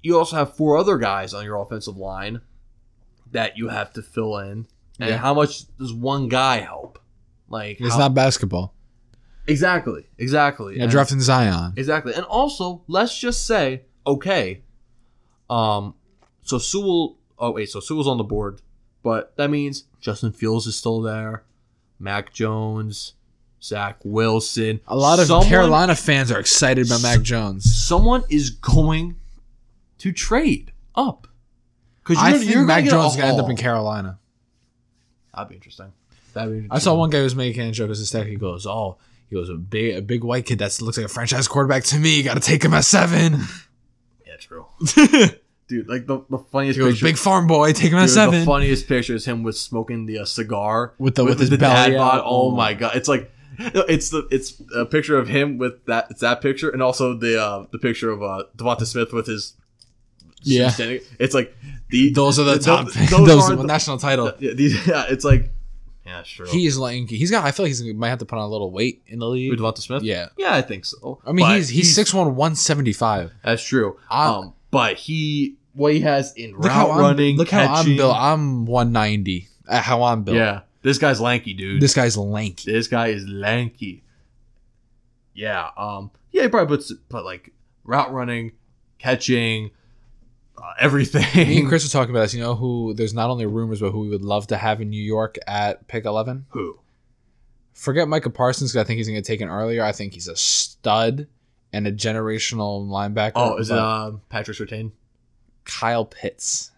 you also have four other guys on your offensive line that you have to fill in. And Yeah. how much does one guy help? Like It's how- not basketball. exactly, exactly. Yeah, And- drafting Zion. Exactly. And also, let's just say, okay, um, so Sewell. Oh wait, so Sewell's on the board, but that means Justin Fields is still there, Mac Jones, Zach Wilson. A lot of Someone- Carolina fans are excited about Mac Jones. Someone is going to trade up because I think Mac Jones is going gonna end up in Carolina. That'd be interesting. That'd be interesting. I saw one guy who was making a joke as a stack. He goes, "Oh, he goes a big, a big white kid that looks like a franchise quarterback to me. Got to take him at seven. [laughs] Yeah, true, he dude. Like the, the funniest goes, picture. "Big farm boy, take him at Dude, Uh, seven. The funniest picture is him with smoking the uh, cigar With the- with his the belly dad out. bod. Oh my god! It's like it's the it's a picture of him with that. It's that picture, and also the uh, the picture of uh, Devonta Smith with his Yeah. Standing. It's like the Those are the th- top. [laughs] th- Those, those are the, the- national title. [laughs] yeah, these, [laughs] yeah, it's like yeah, sure. He's lanky. He's got. I feel like he's might have to put on a little weight in the With league. Devonta Smith. Yeah. yeah, I think so. I mean, But he's he's six one, one seventy five. That's true. I'm- Um, but he what he has in Look route how I'm. running. look how I'm catching- built. I'm one ninety. At how I'm built. Yeah, this guy's lanky, dude. This guy's [laughs] lanky. This guy is lanky. Yeah. Um. Yeah. He probably puts but like route running, catching, uh, Me and everything. Chris were talking about this. You know who? There's not only rumors, but who we would love to have in New York at pick eleven. [laughs] Who? forget Micah Parsons because I think he's going to get taken earlier. I think he's a stud and a generational linebacker. Oh, is it but um Patrick Sertain, Kyle Pitts?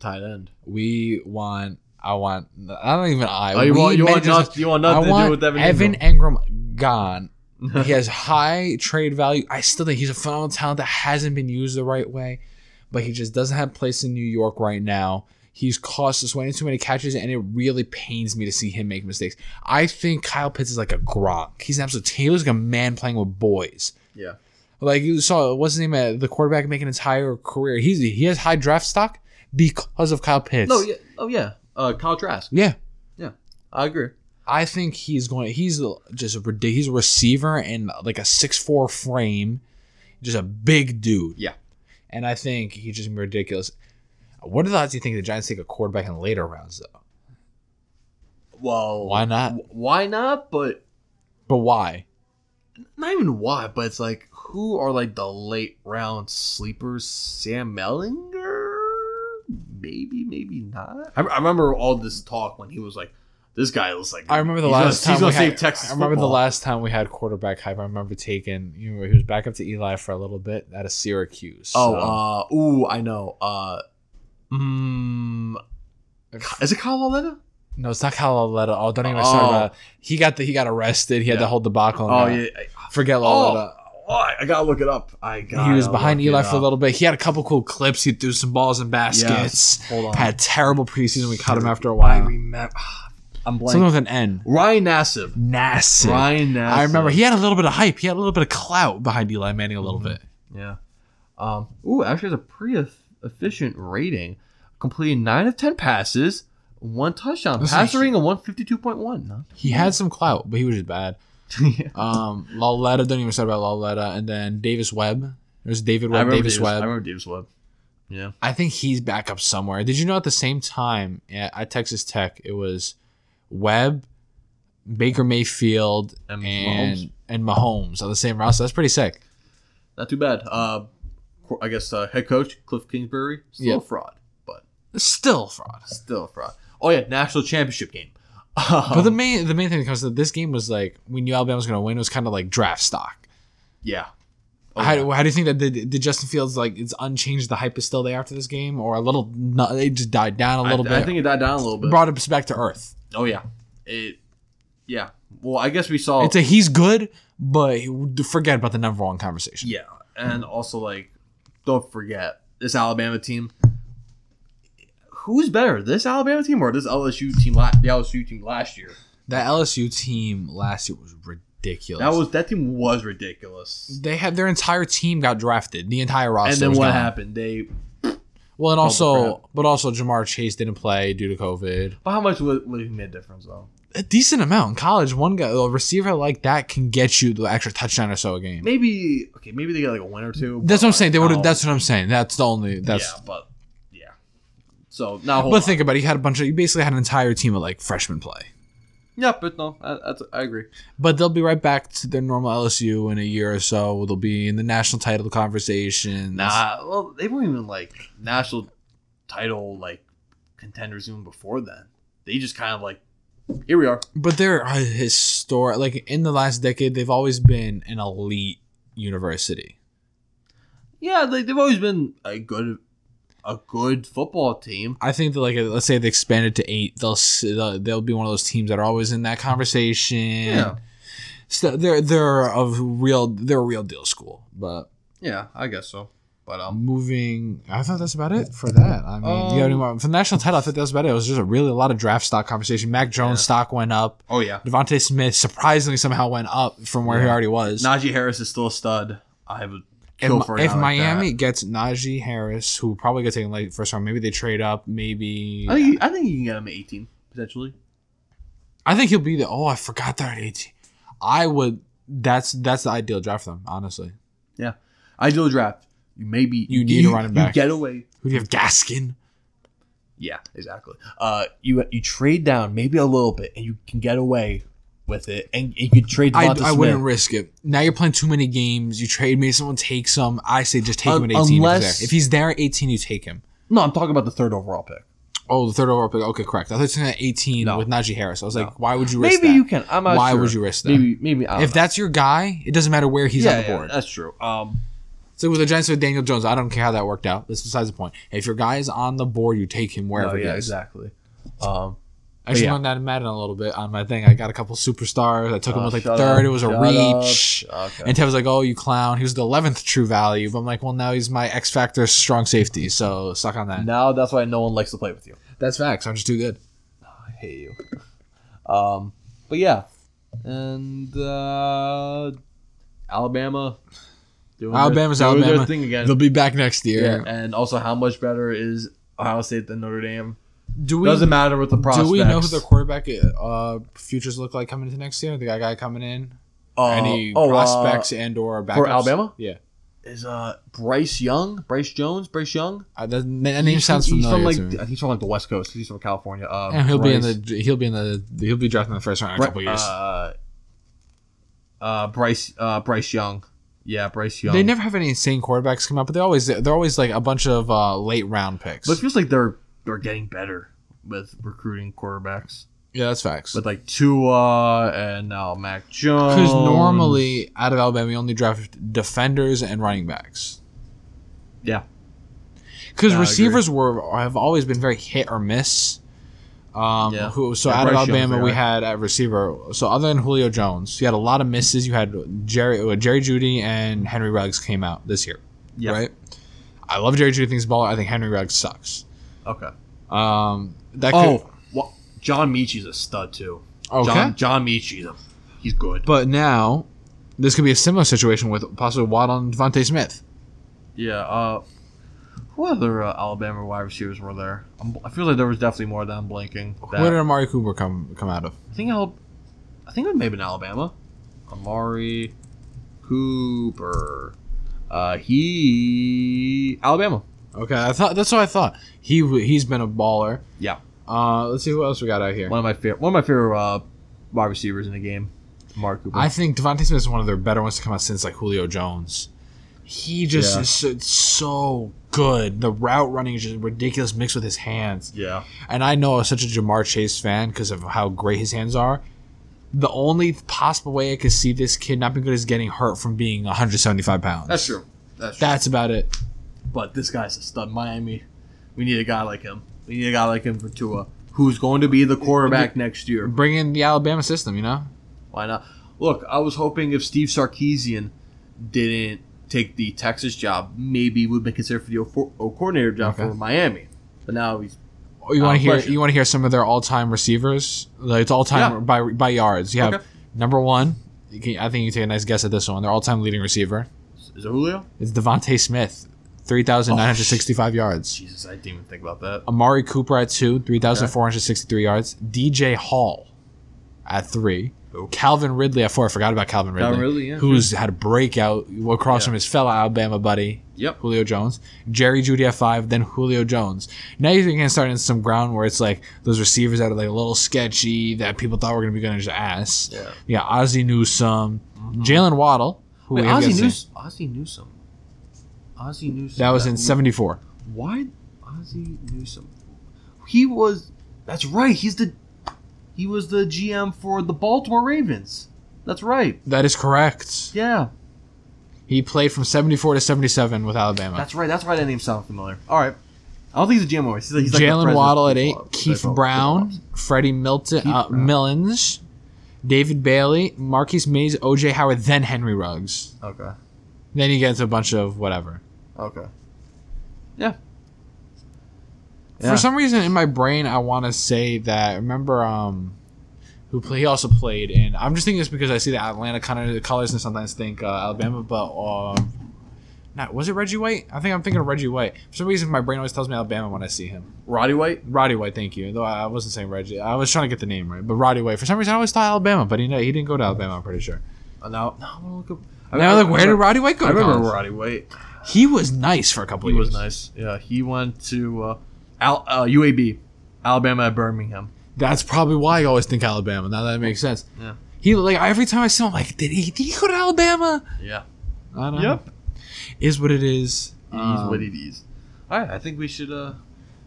tight end? We want. I want. I don't even. I. Oh, you we want you want, managers- not, you want I nothing to do want with Evan. Evan Ingram. Engram gone. he has high trade value. I still think he's a phenomenal talent that hasn't been used the right way, but he just doesn't have a place in New York right now. He's cost us way too many catches, and it really pains me to see him make mistakes. I think Kyle Pitts is like a Gronk. He's an absolute. He looks like a man playing with boys. Yeah. Like you saw, what's his name? uh, The quarterback making his entire career. He's he has high draft stock because of Kyle Pitts. No. Yeah. Oh yeah. Uh, Kyle Trask. yeah. I agree. I think he's going. He's just a ridic- he's a receiver and like a six four frame, just a big dude. Yeah. and I think he's just ridiculous. What are the odds you think the Giants take a quarterback in later rounds though? Well, Why not? w- Why not? But But why? not even why. But it's like who are like the late round sleepers? Sam Mellinger, maybe, maybe not. I, I remember all this talk when he was like, "This guy looks like." I remember the he's last gonna, time we he's gonna had. save Texas. I remember football. the last time we had quarterback hype. I remember taking. You know, he was back up to Eli for a little bit out of Syracuse. Oh, so- uh, ooh, I know. Uh, mm, is it Kyle Olena? no, it's not Calaletta. Oh, don't even start uh, Oh. about. it. He got the he got arrested. He had Yeah. the whole debacle. and Oh got- yeah. forget Oh, Laletta. oh, I I gotta look it up. I got. he was behind Eli for a little bit. He had a couple cool clips. He threw some balls and baskets. Hold on. Had terrible preseason. We caught him after a I while. remember. [sighs] I'm Something blanking. with an N. Ryan Nassib. Nassib. Ryan Nassib. I remember he had a little bit of hype. He had a little bit of clout behind Eli Manning a little Mm-hmm. bit. Yeah. Um, ooh, actually has a pretty eff- efficient rating, completing nine of ten passes, one touchdown, This is pass a- rating of one fifty two point one. [laughs] He had some clout, but he was just bad. Um, Laletta, don't even start about Laletta. And then Davis Webb. There's David Webb, Davis, Webb. I remember Davis Webb. Yeah. I think he's back up somewhere. Did you know at the same time at, at Texas Tech it was Webb, Baker Mayfield, And and Mahomes. and, Mahomes on the same roster? That's pretty sick. Not too bad. Uh, qu- I guess uh, head coach Cliff Kingsbury still Yeah. a fraud, but Still fraud. still a fraud. Oh yeah, national championship game. [laughs] but the main the main thing that comes to this game was like we knew Alabama was going to win. It was kind of like draft stock. yeah. Oh, how, yeah. how do you think that did, did Justin Fields like it's unchanged? The hype is still there after this game, or a little? No, it just died down a I, little I bit. think it died down a little bit. brought us back to earth. oh yeah. Oh, It. Yeah. Well, I guess we saw. It's a he's good, but he- forget about the number one conversation. yeah, and Hmm. also like, don't forget this Alabama team. Who's better, this Alabama team or this LSU team? La- the LSU team last year. That LSU team last year was ridiculous. That was that team was ridiculous. they had their entire team got drafted, the entire roster. And then was what gone. happened? They. Well, and crap. also, but also Jamar Chase didn't play due to COVID. But how much would, would he make a difference though? A decent amount in college. One guy, a receiver like that, can get you the extra touchdown or so a game. Maybe okay. Maybe they got like a win or two. That's what I'm but, like, saying. They would. how- have That's what I'm saying. That's the only. That's. yeah, but yeah. So now, hold But on. think about it. You had a bunch of. You basically had an entire team of like freshmen play. yeah, but no, I, that's, I agree. But they'll be right back to their normal LSU in a year or so. They'll be in the national title conversation. Nah, well, they weren't even like national title like contenders even before then. They just kind of like, here we are. But they're a historic. Like in the last decade, they've always been an elite university. Yeah, they, they've always been a good, a good football team. I think that like let's say they expanded to eight, they'll s- they'll they'll be one of those teams that are always in that conversation. Yeah, So they're they're of real they're a real deal school. But yeah, I guess so. But um, moving, I thought that's about it for that. I mean, you got any Um, more for the national title? I thought that was about it. It was just a really a lot of draft stock conversation. Mac Jones Yeah. stock went up. oh yeah, Devontae Smith surprisingly somehow went up from where he Yeah. already was. Najee Harris is still a stud. I would if, kill Mi- for a if guy like that. Miami gets Najee Harris, who probably gets taken late first round, maybe they trade up. Maybe I think I think you can get him at eighteen potentially. I think he'll be the. Oh, I forgot they're at 18. I would. That's that's the ideal draft for them, honestly. Yeah, ideal draft. You maybe You need a running back. You get away. Who do you have? Gaskin. Yeah, exactly. Uh, you you trade down maybe a little bit, and you can get away with it, and you could trade. I, Devonta I wouldn't Smith. risk it. Now you're playing too many games. You trade me. Someone takes him. I say just take Un- him at 18. if he's unless- there. if he's there at 18, you take him. no, I'm talking about the third overall pick. Oh, the third overall pick. Okay, correct. I thought you were at 18 with Najee Harris. I was like, why would you risk Maybe that? you can. I'm not Why sure. would you risk that? Maybe maybe I don't if know. that's your guy, it doesn't matter where he's yeah, on the yeah, board. that's true. Um, So with the Giants with Daniel Jones, I don't care how that worked out. That's besides the point. If your guy is on the board, you take him no, wherever Oh, yeah, he is. exactly. Um, I should Yeah. learn that in Madden a little bit on my thing. I got a couple superstars. I took him oh, with like shut the third. up, it was a shut reach. up. Okay. And Ted was like, "Oh, you clown! He was the eleventh true value." But I'm like, "Well, now he's my X factor strong safety, so suck on that." now that's why no one likes to play with you. That's facts. I'm just too good. I hate you. Um, but yeah, and uh, Alabama. Doing their- Alabama's doing Alabama. Their thing again. They'll be back next year. Yeah, and also how much better is Ohio State than Notre Dame? Do we? Doesn't matter with the prospects. Do we know who the quarterback uh, futures look like coming into next year? The guy guy coming in. uh, Any oh, uh, prospects and or backups for Alabama? Yeah, is uh Bryce Young, Bryce Jones, Bryce Young. uh, that, that name sounds he's familiar From like, to me. I think he's from like the West Coast. He's from California. Uh, and he'll Bryce- be in the he'll be in the he'll be drafted in the first round in a couple Bry- years. Uh, uh, Bryce, uh, Bryce Young. Yeah, Bryce Young. They never have any insane quarterbacks come up, but they always they're always like a bunch of uh, late round picks. But it feels like they're they're getting better with recruiting quarterbacks yeah, that's facts. with like Tua and now Mac Jones. Because normally out of Alabama, we only draft defenders and running backs. yeah, Because Yeah, I receivers were have always been very hit or miss. Um, Yeah. who, so Yeah, out of Bryce Young's Alabama, the we guy. had at receiver. So other than Julio Jones, you had a lot of misses. You had Jerry uh, Jerry Judy and Henry Ruggs came out this year, yeah. right? I love Jerry Judy. Thinks baller. I think Henry Ruggs sucks. Okay. Um, that could, Oh, well, John Michi's a stud too. okay. John John Michi's a, he's good. But now, this could be a similar situation with possibly Waddle and Devontae Smith. Yeah. Uh, who other uh, Alabama wide receivers were there? I'm, I feel like there was definitely more than I'm blanking. That, Where did Amari Cooper come come out of? I think I'll, I think it may have been Alabama. Amari Cooper. Uh, he Alabama. Okay, I thought that's what I thought. He w- he's been a baller. Yeah, Uh, let's see who else we got out here. one of my favorite one of my favorite uh, wide receivers in the game. Amari Cooper. I think Devontae Smith is one of their better ones to come out since like Julio Jones. He just Yeah. is so, so good. The route running is just ridiculous mixed with his hands. yeah. And I know I was such a Jamar Chase fan because of how great his hands are. The only possible way I could see this kid not being good is getting hurt from being 175 pounds. true. That's true. That's about it. but this guy's a stud. Miami. We need a guy like him. We need a guy like him for Tua. who's going to be the quarterback next year. Bring in the Alabama system, you know? Why not? Look, I was hoping if Steve Sarkeesian didn't take the Texas job, maybe would have been considered for the O, for- o coordinator job Okay. for Miami. But now he's Oh, you Uh, want to hear? pleasure. You want to hear some of their all-time receivers? Like, it's all-time Yeah. by by yards. You have Okay. number one. You can, I think you can take a nice guess at this one. Their all-time leading receiver is it Julio? is Devonte Smith, three thousand nine hundred sixty-five yards. Jesus, I didn't even think about that. Amari Cooper at two, three thousand four hundred sixty-three yards. DJ Hall at three. Oh. Calvin Ridley at four. I forgot about Calvin Ridley. Calvin Ridley, yeah, who's had a breakout across Yeah. from his fellow Alabama buddy. Yep. Julio Jones, Jerry Judy at five, then Julio Jones. Now you're gonna start in some ground where it's like those receivers that are like a little sketchy that people thought were gonna be gonna just ass. Yeah. Mm-hmm. Yeah, Ozzie Newsome, Jalen Waddle, who Wait, we have yet to Ozzie, see. News- Ozzie Newsome. Ozzie Newsome. that was in seventy four. Why Ozzie Newsome? He was. That's right. He's the. He was the GM for the Baltimore Ravens. That's right. That is correct. Yeah, He played from seventy four to seventy seven with Alabama. that's right. That's why that name sounds familiar. All right. I don't think he's a GM. He's like, he's like the Jalen president Waddle of at the eight, Buffalo- Keith Buffalo Brown, Bills. Freddie Milton, Keith uh, Brown. Millins, David Bailey, Marquise Mays, OJ Howard, then Henry Ruggs. Okay. Then you get into a bunch of whatever. Okay. Yeah. For some reason in my brain, I want to say that. Remember, um, who play, he also played in. I'm just thinking this because I see the Atlanta kind of colors and sometimes think uh, Alabama, but um, not was it Reggie White? I think I'm thinking of Reggie White. For some reason, my brain always tells me Alabama when I see him. Roddy White. Roddy White, thank you. Though I I wasn't saying Reggie, I was trying to get the name right. But Roddy White, for some reason, I always thought Alabama, but he he didn't go to Alabama. I'm pretty sure. Uh, now, now I'm gonna look up. I, Now, I- like, where did I remember- Roddy White go? I to remember college? Roddy White. He was nice for a couple He of years. was nice. Yeah, he went to uh, Al- uh, UAB, Alabama at Birmingham. That's probably why I always think Alabama. Now that makes sense. Yeah. He like every time I see him, I'm like, did he, did he go to Alabama? Yeah. I don't Yep. know. Is what it is. It is Um, what it is. All right, I think we should uh,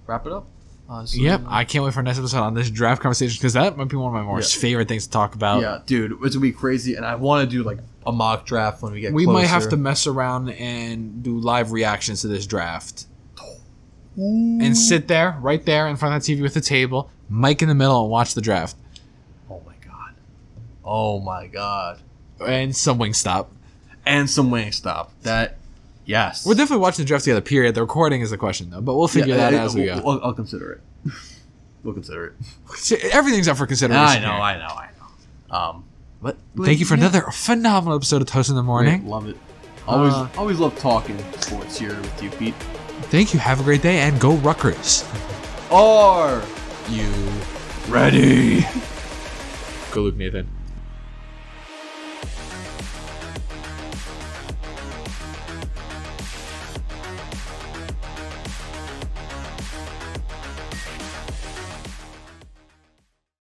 wrap it up. Uh, so- Yep. I can't wait for our next episode on this draft conversation because that might be one of my most Yeah. favorite things to talk about. yeah, dude, it's gonna be crazy, and I want to do like a mock draft when we get. We might have to closer. mess around and do live reactions to this draft Ooh. and sit there, right there in front of that TV with the table, mic in the middle, and watch the draft Oh my god. Oh my god. and some wing stop. And some wing stop. That. Yes. We're definitely watching the draft together. Period. The recording is the question though, but we'll Yeah, figure that yeah, out as we I'll- go. I'll, I'll consider it. [laughs] we'll consider it. Everything's up for consideration. I know. here. I know. I know. Um. But Thank you for yeah. another phenomenal episode of Toast in the Morning. Great, love it. Always, Uh, always love talking sports here with you, Pete. Thank you. Have a great day and go Rutgers. Are You ready? go Luke Nathan.